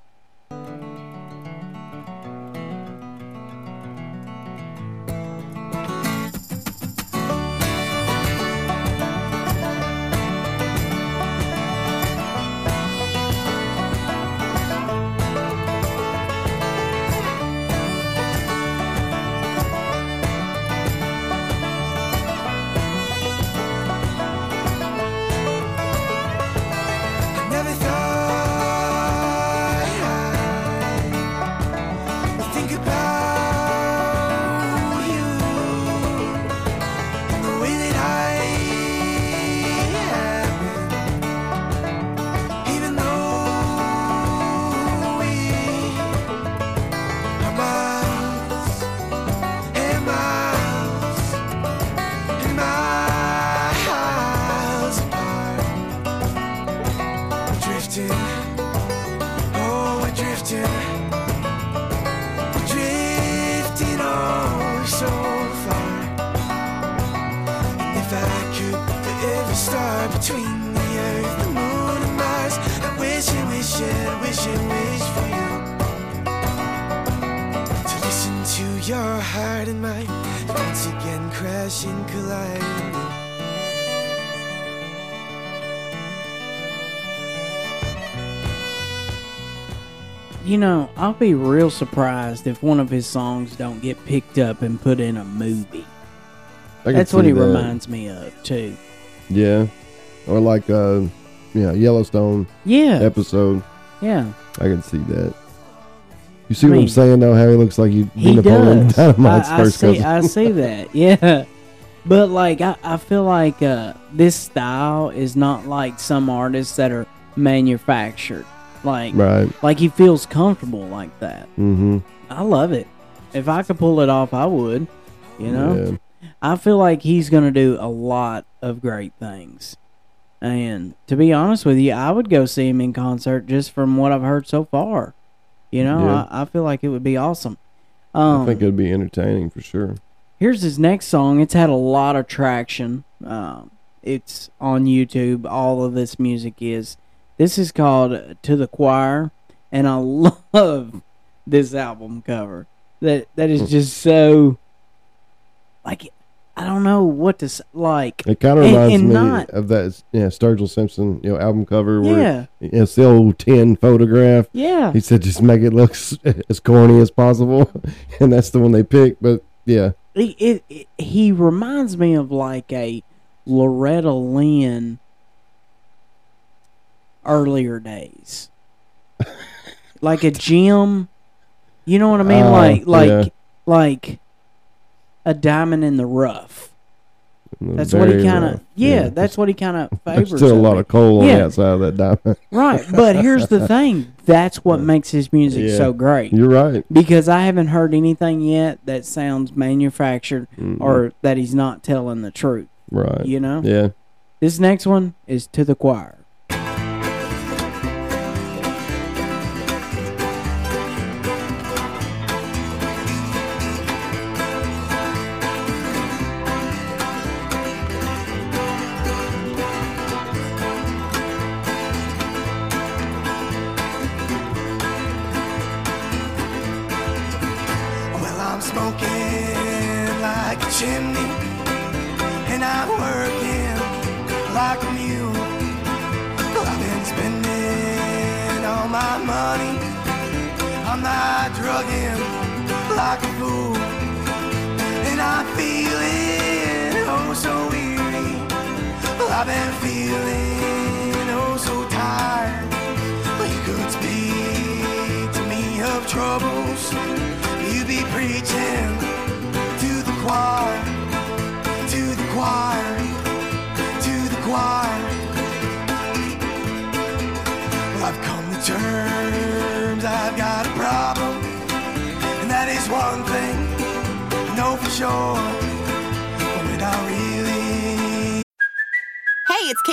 S6: Oh, passion is for you. To listen to your heart and mind once again crash and collide.
S2: You know, I'll be real surprised if one of his songs don't get picked up and put in a movie.
S3: I can
S2: That's what
S3: see
S2: he
S3: that.
S2: reminds me of too.
S3: Yeah, or like uh, yeah, Yellowstone
S2: Yeah,
S3: episode.
S2: yeah.
S3: I can see that. You see
S2: I
S3: what I'm
S2: mean,
S3: saying though? How he looks like you
S2: He
S3: Napoleon
S2: does.
S3: Dynamite's
S2: I, I
S3: first
S2: see.
S3: cousin.
S2: I see that. Yeah, but like, I, I feel like uh, this style is not like some artists that are manufactured. Like,
S3: right.
S2: like he feels comfortable like that.
S3: Mm-hmm.
S2: I love it. If I could pull it off, I would. You know,
S3: Yeah.
S2: I feel like he's going to do a lot of great things. And to be honest with you, I would go see him in concert just from what I've heard so far. You know,
S3: Yeah.
S2: I, I feel like it would be awesome.
S3: I
S2: Um,
S3: think it'd be entertaining for sure.
S2: here's his next song. It's had a lot of traction. Um, it's on YouTube. All of this music is. This is called "To the Choir," and I love this album cover. That that is just so. Like, I don't know what to s- like.
S3: It kind of
S2: And-
S3: reminds
S2: and
S3: me
S2: not-
S3: of that yeah, Sturgill Simpson you know album cover where
S2: Yeah,
S3: it's the old ten photograph.
S2: yeah.
S3: He said just make it look s- as corny as possible, and that's the one they picked. But yeah,
S2: It, it, it, he reminds me of like a Loretta Lynn earlier days, like a gym. You know what I mean?
S3: Uh,
S2: like like
S3: yeah.
S2: like a diamond in the rough. That's what
S3: Very
S2: he kind
S3: rough.
S2: of yeah, That's what he kind of favors.
S3: There's still a
S2: of
S3: lot
S2: it.
S3: of coal on
S2: Yeah.
S3: the outside of that diamond.
S2: right, but here's the thing. That's what makes his music
S3: Yeah.
S2: so great
S3: You're right.
S2: because I haven't heard anything yet that sounds manufactured
S3: Mm,
S2: or that he's not telling the truth.
S3: right.
S2: you know?
S3: Yeah.
S2: This next one is to the choir.
S6: Oh, Well, I'm smoking like a chimney, and I'm working like a mule. Well, I've been spending all my money. I'm not drugging like a fool, and I'm feeling oh so weary. Well, I've been feeling oh so tired. Well, you could speak to me of troubles. You be preaching to the choir, to the choir, to the choir. Well, I've come to terms, I've got a problem. And that is one thing, I know for sure. But I really
S7: Hey, it's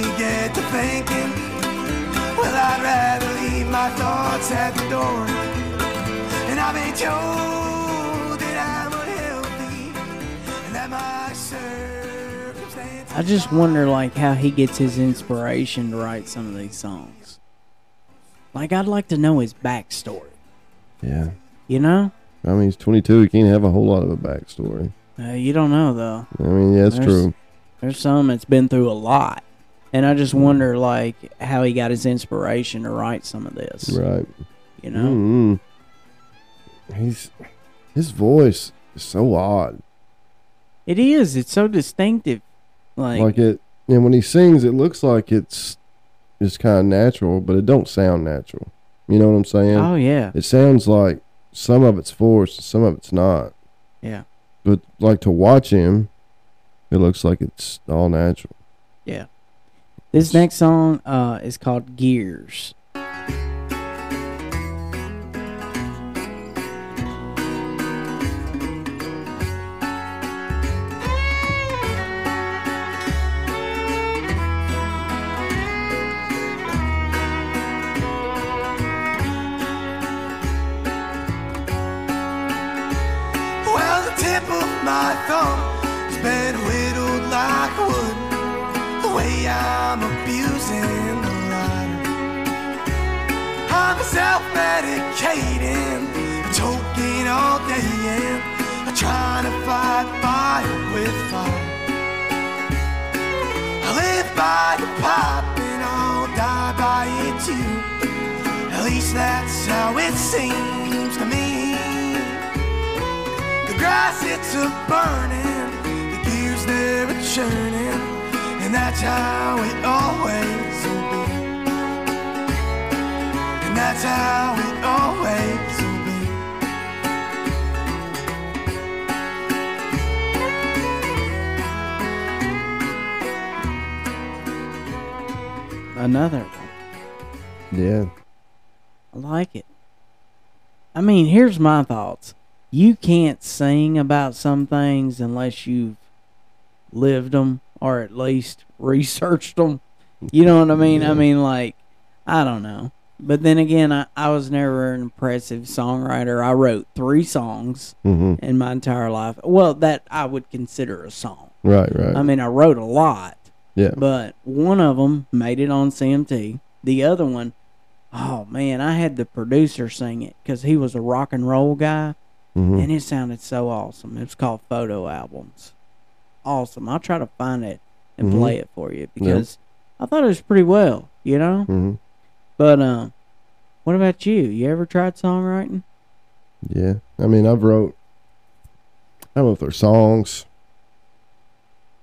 S6: You get to thinking, well, I'd rather leave my thoughts at the door. And I've been told that I'm unhealthy, and that my circumstances.
S2: I just wonder like how he gets his inspiration to write some of these songs. Like I'd like to know his backstory.
S3: Yeah.
S2: You know?
S3: I mean, he's 22. He can't have a whole lot of a backstory.
S2: Uh, you don't know though.
S3: I mean, yeah, that's
S2: There's-
S3: true.
S2: There's some that's been through a lot. And I just wonder like how he got his inspiration to write some of this.
S3: Right.
S2: You know?
S3: Mm. He's his voice is so odd.
S2: It is. It's so distinctive. Like,
S3: Like it, and when he sings, it looks like it's it's kind of natural, but it don't sound natural. You know what I'm saying?
S2: Oh yeah.
S3: It sounds like some of it's forced, some of it's not.
S2: Yeah.
S3: But like to watch him, it looks like it's all natural.
S2: Yeah. This next song uh is called Gears.
S6: snap of my thumb has been whittled like wood. The way I'm abusing the lighter. I'm self-medicating, choking all day and I'm trying to fight fire with fire. I live by the pipe and I'll die by it too. At least that's how it seems to me. The grass it's a burning, the gears they're a churning, and that's how it always will be. And that's how it always will be.
S2: Another one.
S3: Yeah.
S2: I like it. I mean, here's my thoughts. You can't sing about some things unless you've lived them or at least researched them. You know what I mean? I mean, like, I don't know. But then again, I, I was never an impressive songwriter. I wrote three songs
S3: Mm-hmm.
S2: in my entire life. Well, that I would consider a song.
S3: Right. Right.
S2: I mean, I wrote a lot,
S3: yeah.
S2: Um, but one of them made it on CMT. The other one, oh man, I had the producer sing it because he was a rock and roll guy,
S3: hmm
S2: and it sounded so awesome. It's called Photo Albums. Awesome. I'll try to find it and
S3: Mhm.
S2: play it for you because I thought it was pretty well, you know.
S3: hmm
S2: But um, what about you? You ever tried songwriting?
S3: Yeah. I mean, I've wrote. I don't know if they're songs,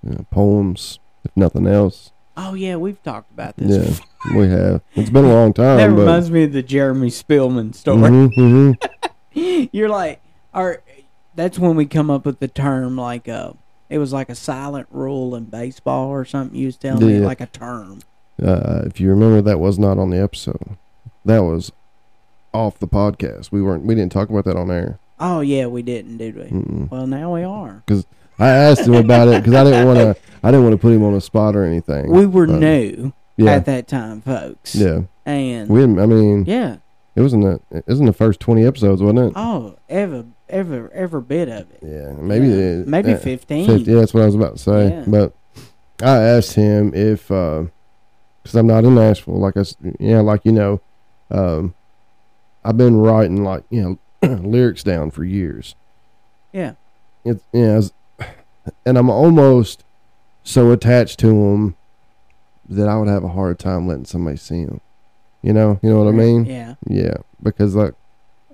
S3: you know, poems, if nothing else.
S2: Oh yeah, we've talked about this.
S3: Yeah, we have. It's been a long time.
S2: That
S3: but,
S2: reminds me of the Jeremy Spillman story.
S3: Mhm, mhm.
S2: you're like or that's when we come up with the term like uh it was like a silent rule in baseball or something you was telling me
S3: Yeah.
S2: like a term
S3: Uh, if you remember, that was not on the episode. That was off the podcast. We weren't. We didn't talk about that on air.
S2: oh yeah we didn't did we
S3: Mm-mm.
S2: well now we are
S3: I asked him about it because I didn't want to. I didn't want to put him on the spot or anything.
S2: we were
S3: but-
S2: new
S3: Yeah,
S2: at that time folks
S3: yeah.
S2: and
S3: We. didn't- I mean,
S2: yeah
S3: it was in the. It was in the first twenty episodes, wasn't it?
S2: oh ever ever ever bit of it
S3: yeah, maybe.
S2: Yeah.
S3: it-
S2: maybe
S3: uh,
S2: 15
S3: 50, yeah, that's what I was about to say.
S2: Yeah.
S3: But I asked him if, because I'm not in Nashville, like I, s- yeah, like you know, um, I've been writing like you know lyrics down for years.
S2: Yeah.
S3: It's yeah, it's- and I'm almost so attached to them that I would have a hard time letting somebody see them. You know, you know what I mean?
S2: yeah
S3: Yeah, because like,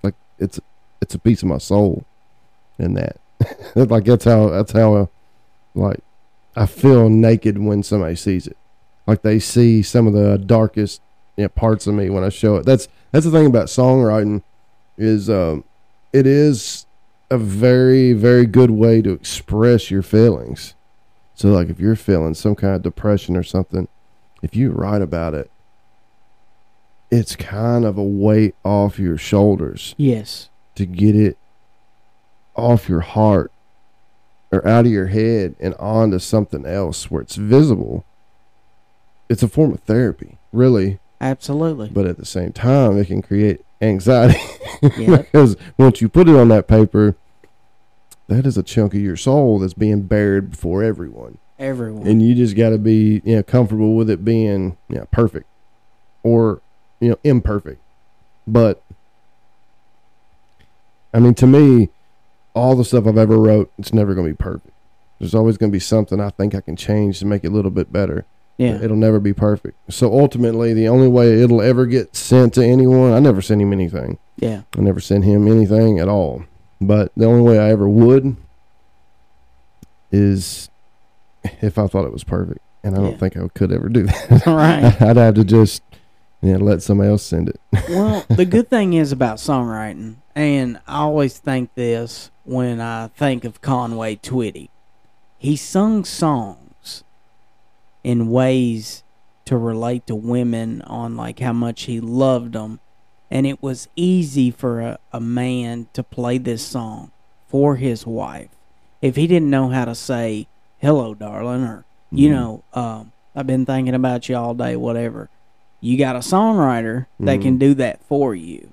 S3: like it's it's a piece of my soul, in that, like that's how that's how, like, I feel naked when somebody sees it, like they see some of the darkest you know, parts of me when I show it. That's that's the thing about songwriting, is um, it is a very very good way to express your feelings. So like if you're feeling some kind of depression or something, if you write about it it's kind of a weight off your shoulders
S2: yes
S3: to get it off your heart or out of your head and onto something else where it's visible. It's a form of therapy, really,
S2: absolutely
S3: but at the same time, it can create anxiety
S2: Yep.
S3: because once you put it on that paper, that is a chunk of your soul that's being bared before everyone
S2: everyone
S3: and you just got to be you know comfortable with it being you know, perfect or you know imperfect but i mean to me all the stuff i've ever wrote it's never going to be perfect there's always going to be something i think i can change to make it a little bit better
S2: yeah
S3: it'll never be perfect so ultimately the only way it'll ever get sent to anyone i never sent him anything
S2: yeah
S3: I never sent him anything at all. But the only way I ever would is if I thought it was perfect. And I don't
S2: Yeah.
S3: think I could ever do that.
S2: Right.
S3: I'd have to just you know, let somebody else send it.
S2: well, the good thing is about songwriting, and I always think this when I think of Conway Twitty. He sung songs in ways to relate to women on like how much he loved them, and it was easy for a, a man to play this song for his wife if he didn't know how to say hello, darling, or you
S3: Mhm.
S2: know, um, I've been thinking about you all day, whatever you got a songwriter that
S3: Mhm.
S2: can do that for you,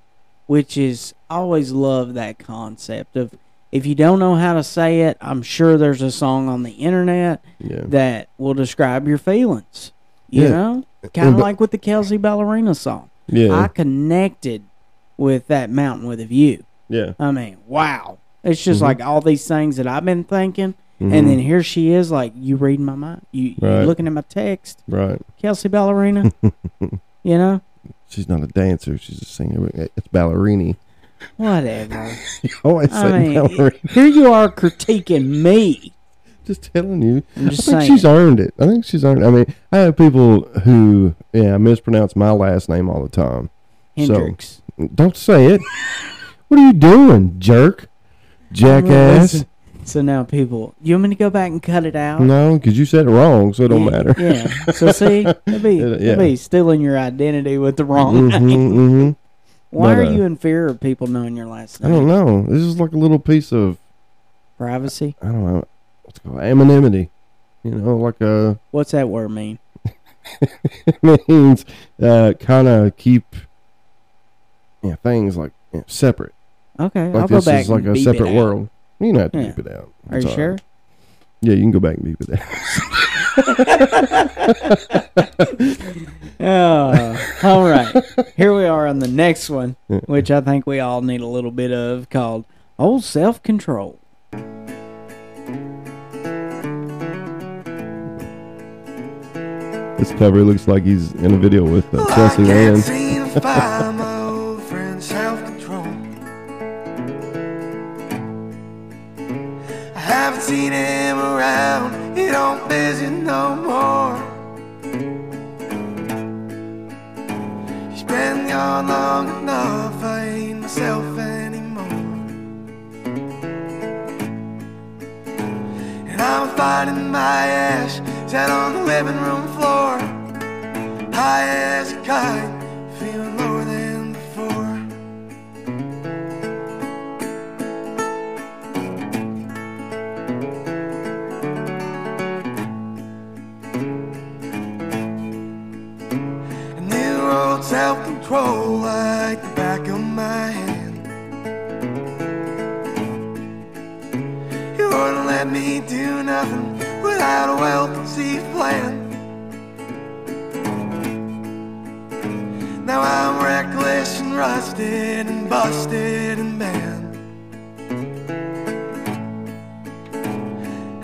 S2: which is I always love that concept of If you don't know how to say it, I'm sure there's a song on the internet
S3: Yeah.
S2: that will describe your feelings. You
S3: Yeah.
S2: know, kind of
S3: but-
S2: like with the Kelsey Ballerina song.
S3: Yeah.
S2: I connected with that mountain with a view.
S3: yeah.
S2: I mean, wow. It's
S3: Mm-hmm.
S2: just like all these things that I've been thinking,
S3: Mhm.
S2: and then here she is, like you reading my mind, you you
S3: Right.
S2: looking at my text,
S3: Right.
S2: Kelsey Ballerina. you know,
S3: She's not a dancer. She's a singer. It's ballerini.
S2: whatever.
S3: You always say
S2: I mean,
S3: ballerini.
S2: here you are critiquing me.
S3: just telling you.
S2: I'm just
S3: I think
S2: saying.
S3: she's earned it. I think she's earned. I mean, I have people who yeah mispronounce my last name all the time.
S2: Hendrix.
S3: Don't say it. what are you doing, jerk? Jackass.
S2: Listen, So now people, you want me to go back and cut it out?
S3: No, because you said it wrong, so it don't
S2: yeah,
S3: matter.
S2: Yeah. So see, that'd be,
S3: Yeah.
S2: that'd be stealing your identity with the wrong
S3: hmm
S2: name.
S3: hmm
S2: Why
S3: but,
S2: are
S3: uh,
S2: you in fear of people knowing your last
S3: I
S2: name?
S3: don't know. This is like a little piece of
S2: Privacy.
S3: I don't know. What's it called anonymity? You know, like uh, a
S2: What's that word mean?
S3: means uh, kind of keep yeah things like yeah, separate.
S2: Okay,
S3: Like
S2: I'll go
S3: this
S2: back.
S3: is like
S2: and
S3: a
S2: beep
S3: separate
S2: it out.
S3: world. You don't have to
S2: Yeah.
S3: beep it out.
S2: Are
S3: It's
S2: you
S3: all
S2: sure?
S3: right. Yeah, you can go back and beep it out.
S2: Oh, all right. Here we are on the next one, which I think we all need a little bit of, called "Old Self Control."
S3: This cover looks like he's in a video with
S2: Oh,
S3: uh,
S6: Well,
S3: Chelsea
S6: I can't
S3: Land.
S6: seem to find my old friend's self-control. I haven't seen him around. He don't visit no more. He's been gone long enough. I ain't myself anymore. And I'm fighting my ass sat on the living room floor high as a kite, feeling lower than before. And new old self-control like the back of my hand. You wouldn't let me do nothing without a well-conceived plan. Now I'm reckless and rusted and busted and banned.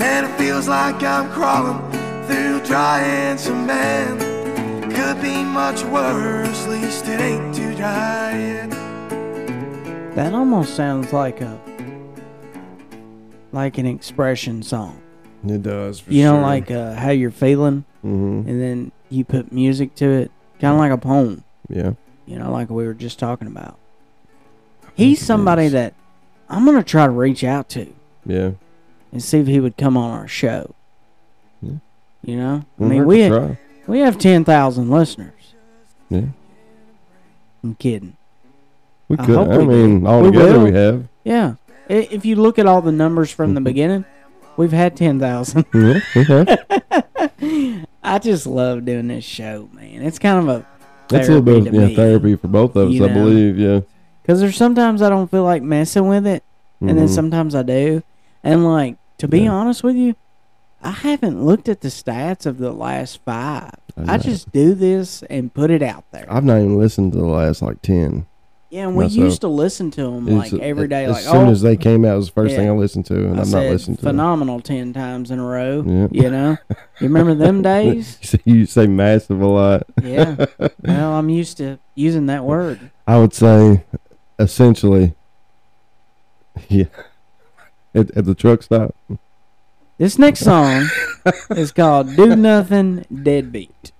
S6: And it feels like I'm crawling through dry and cement. Could be much worse, least it ain't too dry yet.
S2: That almost sounds like a like an expression song.
S3: It does. For
S2: You know, like uh, how you're feeling,
S3: Mm-hmm.
S2: and then you put music to it, kind of like a poem.
S3: yeah.
S2: You know, like we were just talking about. He's somebody that I'm gonna try to reach out to.
S3: Yeah.
S2: and see if he would come on our show.
S3: Yeah.
S2: You know, I
S3: Won't
S2: mean,
S3: hurt
S2: we
S3: to
S2: have,
S3: try.
S2: we have ten thousand listeners.
S3: Yeah.
S2: I'm kidding.
S3: We
S2: I
S3: could.
S2: hope
S3: I,
S2: we do.
S3: mean, all
S2: We
S3: together
S2: will.
S3: we have.
S2: Yeah, I- if you look at all the numbers from the beginning, we've had ten thousand.
S3: Yeah, we have.
S2: I just love doing this show, man. It's kind of a
S3: That's a little bit of
S2: to
S3: yeah,
S2: me.
S3: therapy for both of us,
S2: You
S3: I
S2: know?
S3: believe. Yeah.
S2: Because there's sometimes I don't feel like messing with it, and then
S3: Mhm.
S2: sometimes I do. And like to be
S3: Yeah.
S2: honest with you, I haven't looked at the stats of the last five.
S3: I
S2: I
S3: know.
S2: just do this and put it out there.
S3: I've not even listened to the last like ten.
S2: Yeah, and we
S3: myself.
S2: used to listen to them like
S3: It's-
S2: every day.
S3: As
S2: like,
S3: soon
S2: oh,
S3: as they came out, it was the first
S2: Yeah.
S3: thing I listened to, and
S2: I
S3: I am
S2: said
S3: not listening to. them.
S2: phenomenal ten times in a row.
S3: Yeah.
S2: You know, you remember them
S3: You
S2: days?
S3: say- you say massive a lot.
S2: Yeah. Well, I'm used to using that word.
S3: I would say, essentially, yeah. At, at the truck stop.
S2: This next song is called "Do Nothing Deadbeat."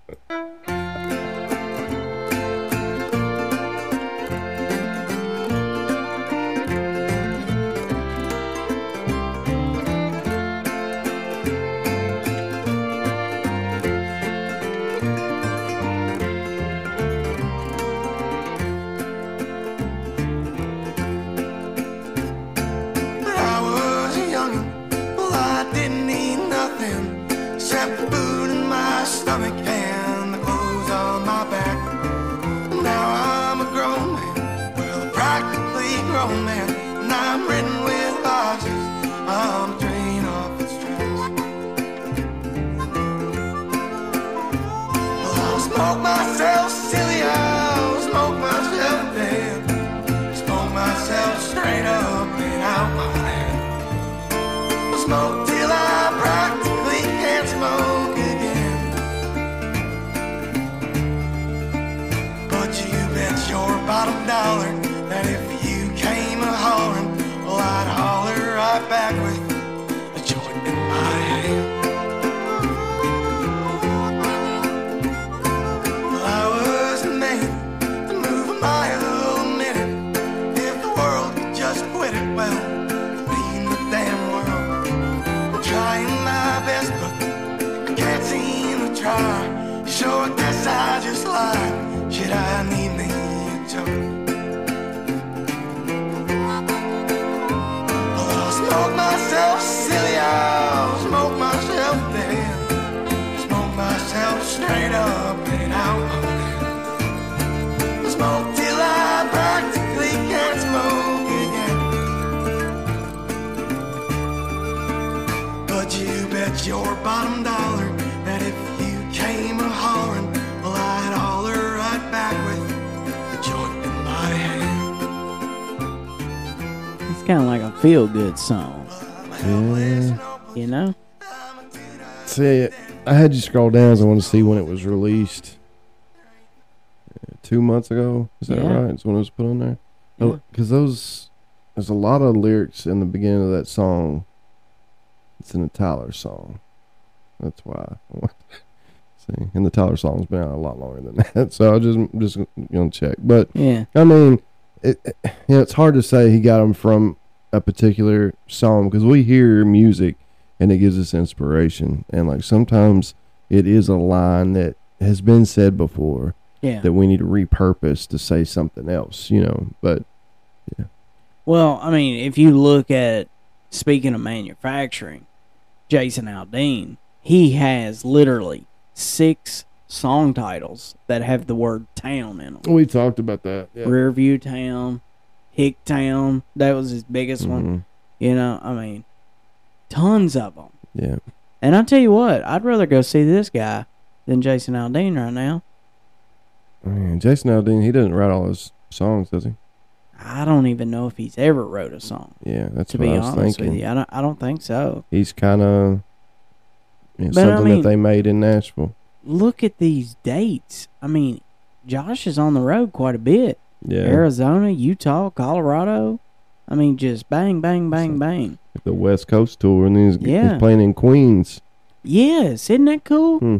S6: When I was a youngin', well, I didn't eat nothing except the food in my stomach and the smoke till I practically can't smoke again. But you bet your bottom dollar that if you came a hollering, well, I'd holler right back with a joint in my hand. Well, I was a man to move a mile a minute. If the world could just quit it, well, it'd be in the damn world. I'm trying my best, but I can't seem to try. So I guess I just lied. Should I need me a joke? Well, I'll smoke myself silly, I'll smoke myself dead. Smoke myself straight up and out. Smoke till I practically can't smoke again. But you bet your bottom dollar that if you came a hollering, well, I'd holler right back with a joint in my hand.
S2: It's kind of like a feel good song, you know?
S3: See, I had you scroll down as I want to see when it was released. Uh, Two months ago, is that
S2: Yeah.
S3: right? Is when it was put on there. Because those, there's a lot of lyrics in the beginning of that song. It's in the Tyler song. That's why. I want- see, and the Tyler song's been out a lot longer than that, so I just just gonna check. But
S2: Yeah.
S3: I mean, it, it- you know, it's hard to say he got them from a particular song because we hear music and it gives us inspiration, and like sometimes it is a line that has been said before
S2: Yeah.
S3: that we need to repurpose to say something else, you know. But
S2: Well, I mean, if you look at speaking of manufacturing, Jason Aldean, he has literally six song titles that have the word town in them.
S3: we talked about that. Yeah.
S2: Rearview Town, Hick Town, that was his biggest one.
S3: Mhm.
S2: You know, I mean, tons of them.
S3: yeah,
S2: And I tell you what, I'd rather go see this guy than Jason Aldean right now.
S3: I mean, Jason Aldean, he doesn't write all his songs, does he?
S2: I don't even know if he's ever wrote a song.
S3: Yeah, that's
S2: To
S3: what
S2: be
S3: I was
S2: honest
S3: thinking.
S2: with you, I don't, I don't think so.
S3: He's kind of you know,
S2: But I
S3: something
S2: mean-
S3: that they made in Nashville.
S2: Look at these dates. I mean, Josh is on the road quite a bit.
S3: Yeah,
S2: Arizona, Utah, Colorado. I mean, just bang, bang, bang,
S3: So-
S2: bang.
S3: the West Coast tour, and he's,
S2: Yeah.
S3: he's playing in Queens.
S2: Yes, isn't that cool?
S3: Hmm.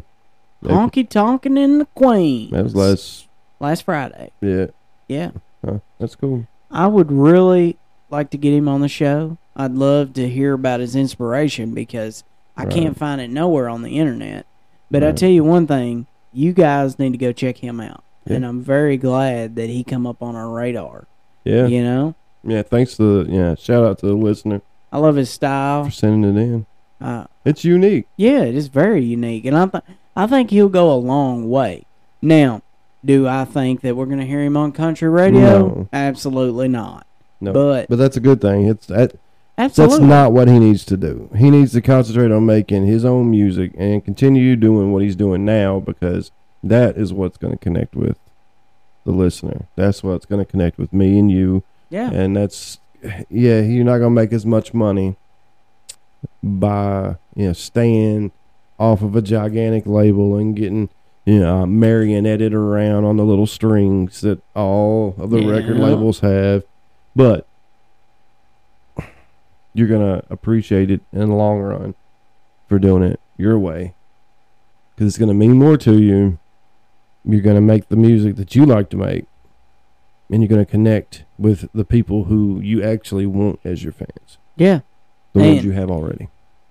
S2: Honky tonkin' in the Queen.
S3: That was last.
S2: last Friday.
S3: Yeah,
S2: Yeah.
S3: Huh, that's cool.
S2: I would really like to get him on the show. I'd love to hear about his inspiration because I
S3: Right.
S2: can't find it nowhere on the internet. But I
S3: Right.
S2: tell you one thing, you guys need to go check him out.
S3: Yeah.
S2: And I'm very glad that he come up on our radar.
S3: Yeah, yeah.
S2: You know?
S3: thanks to the, yeah, shout out to the listener
S2: I love his
S3: for
S2: style.
S3: sending it in.
S2: Uh,
S3: It's unique.
S2: yeah, it is very unique and I th- I think he'll go a long way. Now, do I think that we're going to hear him on country radio?
S3: No.
S2: Absolutely not.
S3: No,
S2: But-
S3: that's a good thing. It's that
S2: Absolutely.
S3: that's not what he needs to do. He needs to concentrate on making his own music and continue doing what he's doing now because that is what's going to connect with the listener. That's what's going to connect with me and you.
S2: yeah.
S3: and that's yeah you're not gonna make as much money by you know staying off of a gigantic label and getting you know marionetted around on the little strings that all of the record
S2: Yeah.
S3: labels have but you're gonna appreciate it in the long run for doing it your way because it's gonna mean more to you you're gonna make the music that you like to make and you're going to connect with the people who you actually want as your fans,
S2: Yeah.
S3: the ones
S2: And-
S3: you have already.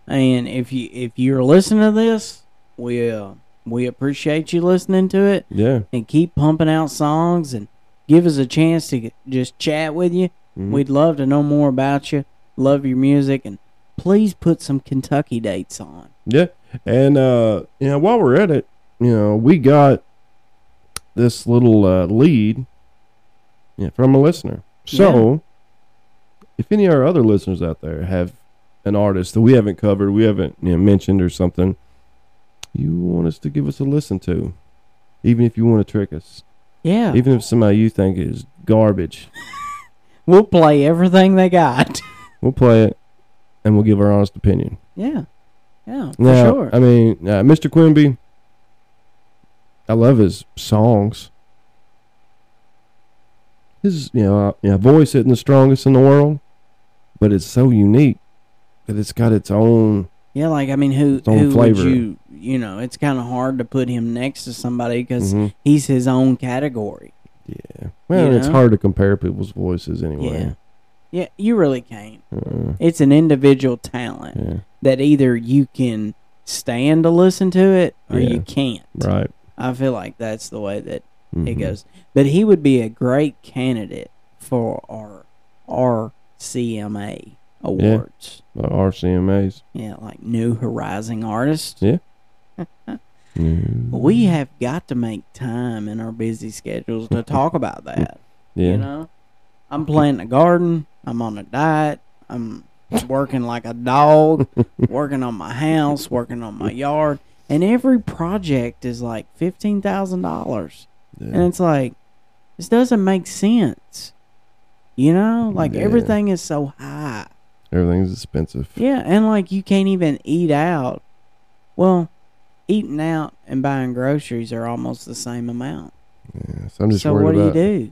S2: And if you if you're listening to this, we uh, we appreciate you listening to it
S3: Yeah,
S2: and keep pumping out songs and give us a chance to just chat with you.
S3: Mhm.
S2: We'd love to know more about you. Love your music and please put some Kentucky dates on.
S3: yeah. And uh, you know, while we're at it, you know, we got this little uh, lead yeah, from a listener. So, if any of our other listeners out there have an artist that we haven't covered, we haven't you know, mentioned or something, you want us to give us a listen to, even if you want to trick us,
S2: Yeah.
S3: even if somebody you think is garbage.
S2: we'll play everything they got.
S3: We'll play it. and we'll give our honest opinion.
S2: Yeah. Yeah. For
S3: Now,
S2: sure.
S3: I mean, uh, Mr. Quimby, I love his songs. His you know, uh, you know, voice isn't the strongest in the world, but it's so unique that it's got its own.
S2: yeah. Like, I mean, who,
S3: own
S2: who would
S3: flavor.
S2: you, you know, it's kind of hard to put him next to somebody because
S3: Mhm.
S2: he's his own category.
S3: Yeah, well,
S2: You
S3: it's
S2: know?
S3: hard to compare people's voices anyway.
S2: Yeah. Yeah. You really can't.
S3: Uh,
S2: It's an individual talent
S3: yeah,
S2: that either you can stand to listen to it or
S3: Yeah.
S2: you can't.
S3: right.
S2: I feel like that's the way that it
S3: Mhm.
S2: goes. But he would be a great candidate for our RCMA awards.
S3: Uh, RCMA's.
S2: Yeah, like New Horizon Artist.
S3: Yeah. Mm.
S2: We have got to make time in our busy schedules to talk about that.
S3: yeah.
S2: You know, I'm planting a garden. I'm on a diet. I'm working like a dog. working on my house. Working on my yard. And every project is like fifteen thousand dollars.
S3: Yeah.
S2: And it's like, this doesn't make sense. You know, like
S3: Yeah.
S2: everything is so high.
S3: Everything's expensive.
S2: Yeah, and like you can't even eat out. Well, eating out and buying groceries are almost the same amount.
S3: Yeah, so I'm just
S2: so
S3: worried
S2: what do
S3: about.
S2: you do?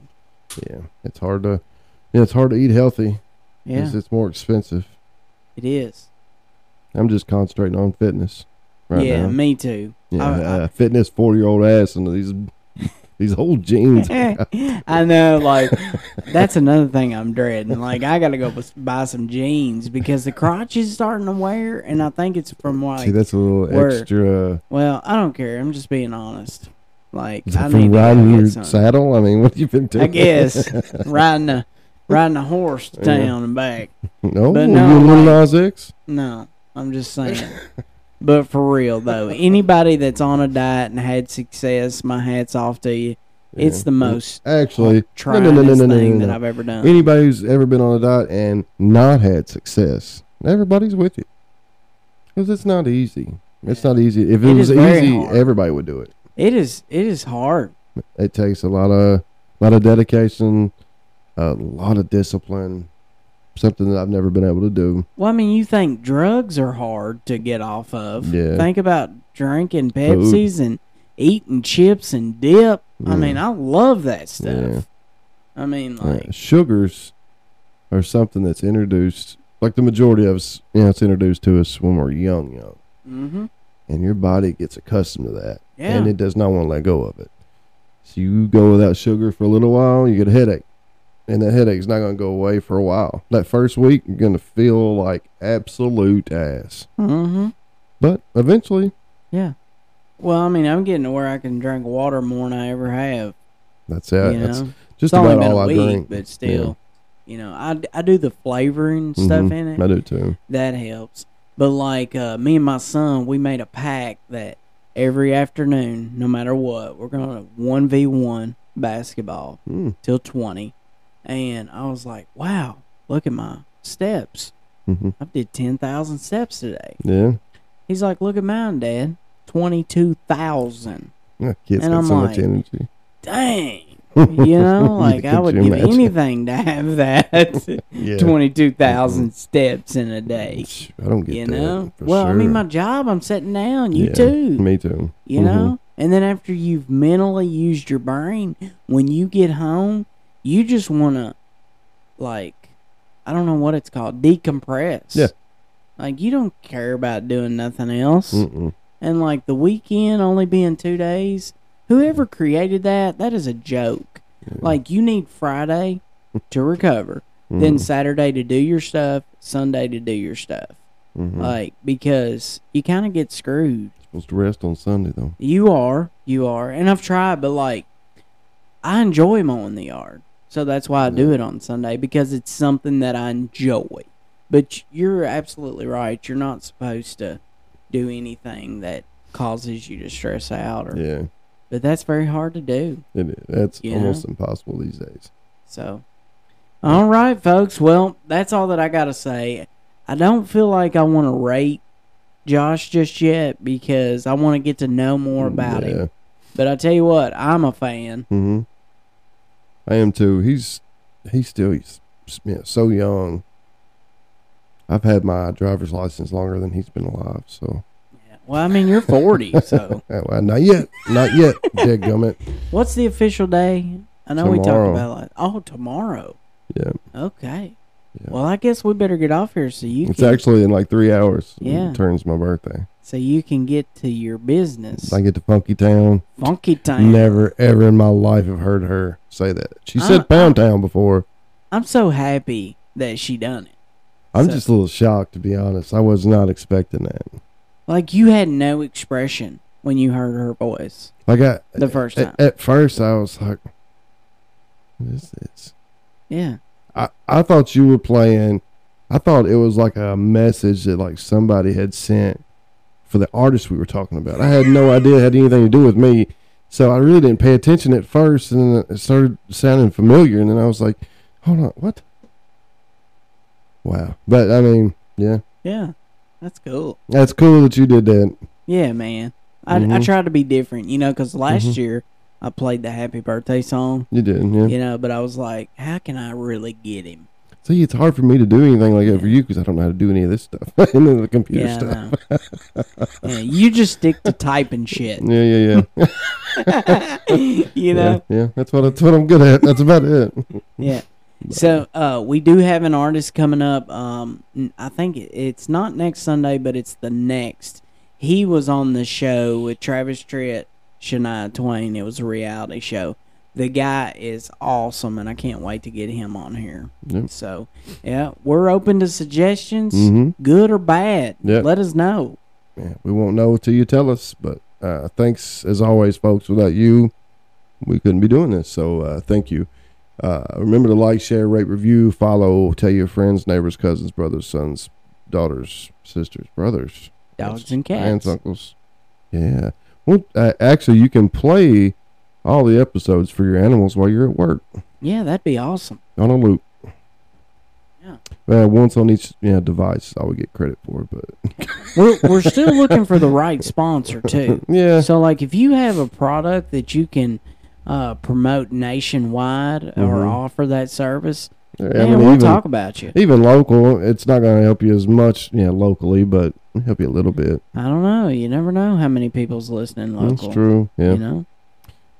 S3: Yeah, it's hard to. Yeah, it's hard to eat healthy. 'cause
S2: Yeah,
S3: it's more expensive.
S2: it is.
S3: I'm just concentrating on fitness right
S2: yeah,
S3: now.
S2: me too.
S3: yeah,
S2: I- I-
S3: uh, fitness forty year old ass and these these old jeans.
S2: I know, like that's another thing I'm dreading. Like I gotta go bus- buy some jeans because the crotch is starting to wear, and I think it's from like
S3: See, that's a little
S2: where-
S3: extra
S2: Well, I don't care. I'm just being honest. Like
S3: is
S2: I
S3: that
S2: need
S3: from
S2: to go
S3: riding
S2: get
S3: your
S2: some.
S3: saddle. I mean, what have you been doing?
S2: I guess riding a riding a horse to town and back.
S3: no,
S2: But
S3: you
S2: no,
S3: a
S2: like-
S3: little Nas X?
S2: No, I'm just saying. but for real though, anybody that's on a diet and had success, my hats off to you. It's
S3: Yeah.
S2: the most
S3: Actually, no,
S2: trying
S3: no, no, no, no, no,
S2: thing that
S3: no, no.
S2: I've ever done.
S3: Anybody who's ever been on a diet and not had success, everybody's with you. Because it's not easy. It's not easy. If it,
S2: It
S3: was
S2: is very
S3: easy,
S2: hard.
S3: everybody would do it.
S2: It is it is hard.
S3: It takes a lot of lot of dedication, a lot of discipline. Something that I've never been able to do.
S2: Well, I mean, you think drugs are hard to get off of.
S3: Yeah.
S2: Think about drinking Pepsis and eating chips and dip. I
S3: Mm.
S2: mean, I love that stuff.
S3: Yeah.
S2: I mean,
S3: Uh,
S2: like,
S3: sugars are something that's introduced, like the majority of us, you know, it's introduced to us when we're young, young,
S2: hmm
S3: and your body gets accustomed to that,
S2: Yeah.
S3: and it does not want to let go of it. So you go without sugar for a little while, you get a headache, and that headache's not going to go away for a while. That first week, you're going to feel like absolute ass,
S2: hmm
S3: but eventually,
S2: yeah. Well, I mean, I'm getting to where I can drink water more than I ever have.
S3: that's it.
S2: you know,
S3: That's
S2: it's
S3: just
S2: only
S3: about
S2: been
S3: all
S2: a
S3: I
S2: week,
S3: drink.
S2: but still, you know, I, I do the flavoring stuff
S3: Mhm.
S2: in it.
S3: I do too.
S2: That helps. But like uh, me and my son, we made a pact that every afternoon, no matter what, we're gonna one v one basketball
S3: Mm.
S2: till twenty. And I was like, wow, look at my steps.
S3: Mhm.
S2: I did ten thousand steps today.
S3: Yeah,
S2: He's like, look at mine, Dad, twenty two thousand.
S3: kids
S2: And
S3: got
S2: I'm
S3: so much
S2: like,
S3: energy.
S2: Dang. You know, like I
S3: Could
S2: would
S3: you
S2: give
S3: imagine?
S2: anything to have that
S3: Yeah.
S2: twenty two thousand steps in a day.
S3: Psh, I don't get
S2: you
S3: that,
S2: know
S3: for
S2: well i
S3: sure.
S2: mean my job i'm sitting down you
S3: Yeah,
S2: too
S3: Me too.
S2: you
S3: Mhm.
S2: know and then after you've mentally used your brain when you get home you just want to like i don't know what it's called decompress
S3: Yeah.
S2: like you don't care about doing nothing else
S3: Mm-mm.
S2: and like the weekend only being two days whoever created that that is a joke like you need friday to recover then saturday to do your stuff sunday to do your stuff
S3: Mhm.
S2: like because you kind of get screwed
S3: Supposed to rest on Sunday though.
S2: you are you are and i've tried but like i enjoy mowing the yard so that's why i
S3: Mm-hmm.
S2: do it on sunday because it's something that i enjoy but you're absolutely right you're not supposed to do anything that causes you to stress out or
S3: Yeah,
S2: but that's very hard to do
S3: it is. That's
S2: You
S3: almost impossible these days.
S2: So, all right, folks. Well, that's all that I got to say. I don't feel like I want to rate Josh just yet because I want to get to know more about
S3: yeah.
S2: him. But I tell you what, I'm a fan.
S3: hmm I am too. He's he's still he's, s- yeah, so young. I've had my driver's license longer than he's been alive, so
S2: Well, I mean, you're 40, so
S3: Uh, well, not yet, not yet, dadgummit.
S2: what's the official day? I know we
S3: Tomorrow.
S2: talked about it. Oh, tomorrow.
S3: Yeah,
S2: Okay.
S3: Yeah.
S2: Well, I guess we better get off here so you
S3: it's
S2: can,
S3: actually in like three hours.
S2: Yeah.
S3: it turns my birthday.
S2: so you can get to your business.
S3: I get to Funky Town.
S2: Funky time.
S3: Never, ever in my life have heard her say that. She
S2: Uh,
S3: said Pound Town before.
S2: I'm so happy that she done it.
S3: I'm
S2: so-
S3: just a little shocked, to be honest. I was not expecting that.
S2: Like you had no expression when you heard her voice.
S3: Like I,
S2: The first
S3: at,
S2: time.
S3: at first, I was like, "What is this?"
S2: Yeah.
S3: I, I thought you were playing. I thought it was like a message that like somebody had sent for the artist we were talking about. I had no idea it had anything to do with me, so I really didn't pay attention at first, and then it started sounding familiar, and then I was like, "Hold on, what?" Wow, but I mean, yeah,
S2: Yeah. That's cool.
S3: that's cool that you did that.
S2: Yeah, man. I, I
S3: Mhm.
S2: tried to be different, you know, because last year I played the happy birthday song,
S3: You did, Mm-hmm. yeah.
S2: you know, but I was like, how can I really get him?
S3: See, it's hard for me to do anything like that for you because I don't know how to do any of this stuff, any of the computer
S2: yeah, I
S3: stuff.
S2: know. yeah, you just stick to typing shit,
S3: Yeah, yeah, yeah.
S2: you know?
S3: Yeah, yeah, that's what that's what I'm good at. That's about it.
S2: Yeah. So uh, we do have an artist coming up. Um, n- I think it- it's not next Sunday, but it's the next. He was on the show with Travis Tritt, Shania Twain. It was a reality show. The guy is awesome, and I can't wait to get him on here.
S3: Yep.
S2: So, yeah, we're open to suggestions,
S3: Mhm.
S2: good or bad.
S3: Yep.
S2: Let us know.
S3: Yeah, we won't know till you tell us. But uh, thanks as always, folks. Without you, we couldn't be doing this. So uh, thank you. Uh, remember to like, share, rate, review, follow, tell your friends, neighbors, cousins, brothers, sons, daughters, sisters, brothers,
S2: Dogs and
S3: aunts,
S2: cats.
S3: uncles. Yeah. Well, uh, actually, you can play all the episodes for your animals while you're at work.
S2: Yeah, that'd be awesome.
S3: on a loop.
S2: Yeah.
S3: Uh, once on each you know, device, I would get credit for, but
S2: We're, we're still looking for the right sponsor, too.
S3: yeah,
S2: So, like, if you have a product that you can uh, promote nationwide or
S3: Mhm.
S2: offer that service,
S3: I
S2: man,
S3: mean,
S2: we'll
S3: even
S2: talk about you.
S3: even local, it's not going to help you as much, you know, locally, but it'll help you a little bit.
S2: I don't know. You never know how many people's listening local.
S3: That's true, yeah.
S2: You know,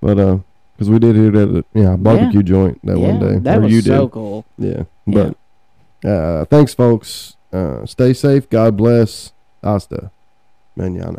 S3: But uh, because we did hear that, uh, yeah, barbecue joint that
S2: yeah,
S3: one day,
S2: that
S3: or
S2: was
S3: you
S2: so
S3: did,
S2: cool.
S3: yeah. But uh, thanks, folks. Uh, stay safe. God bless. Hasta mañana.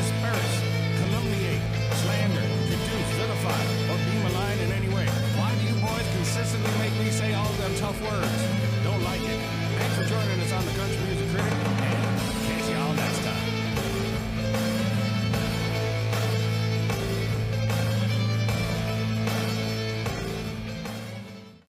S1: asperse, calumniate, slander, traduce, vilify, or be malign in any way. Why do you boys consistently make me say all them tough words?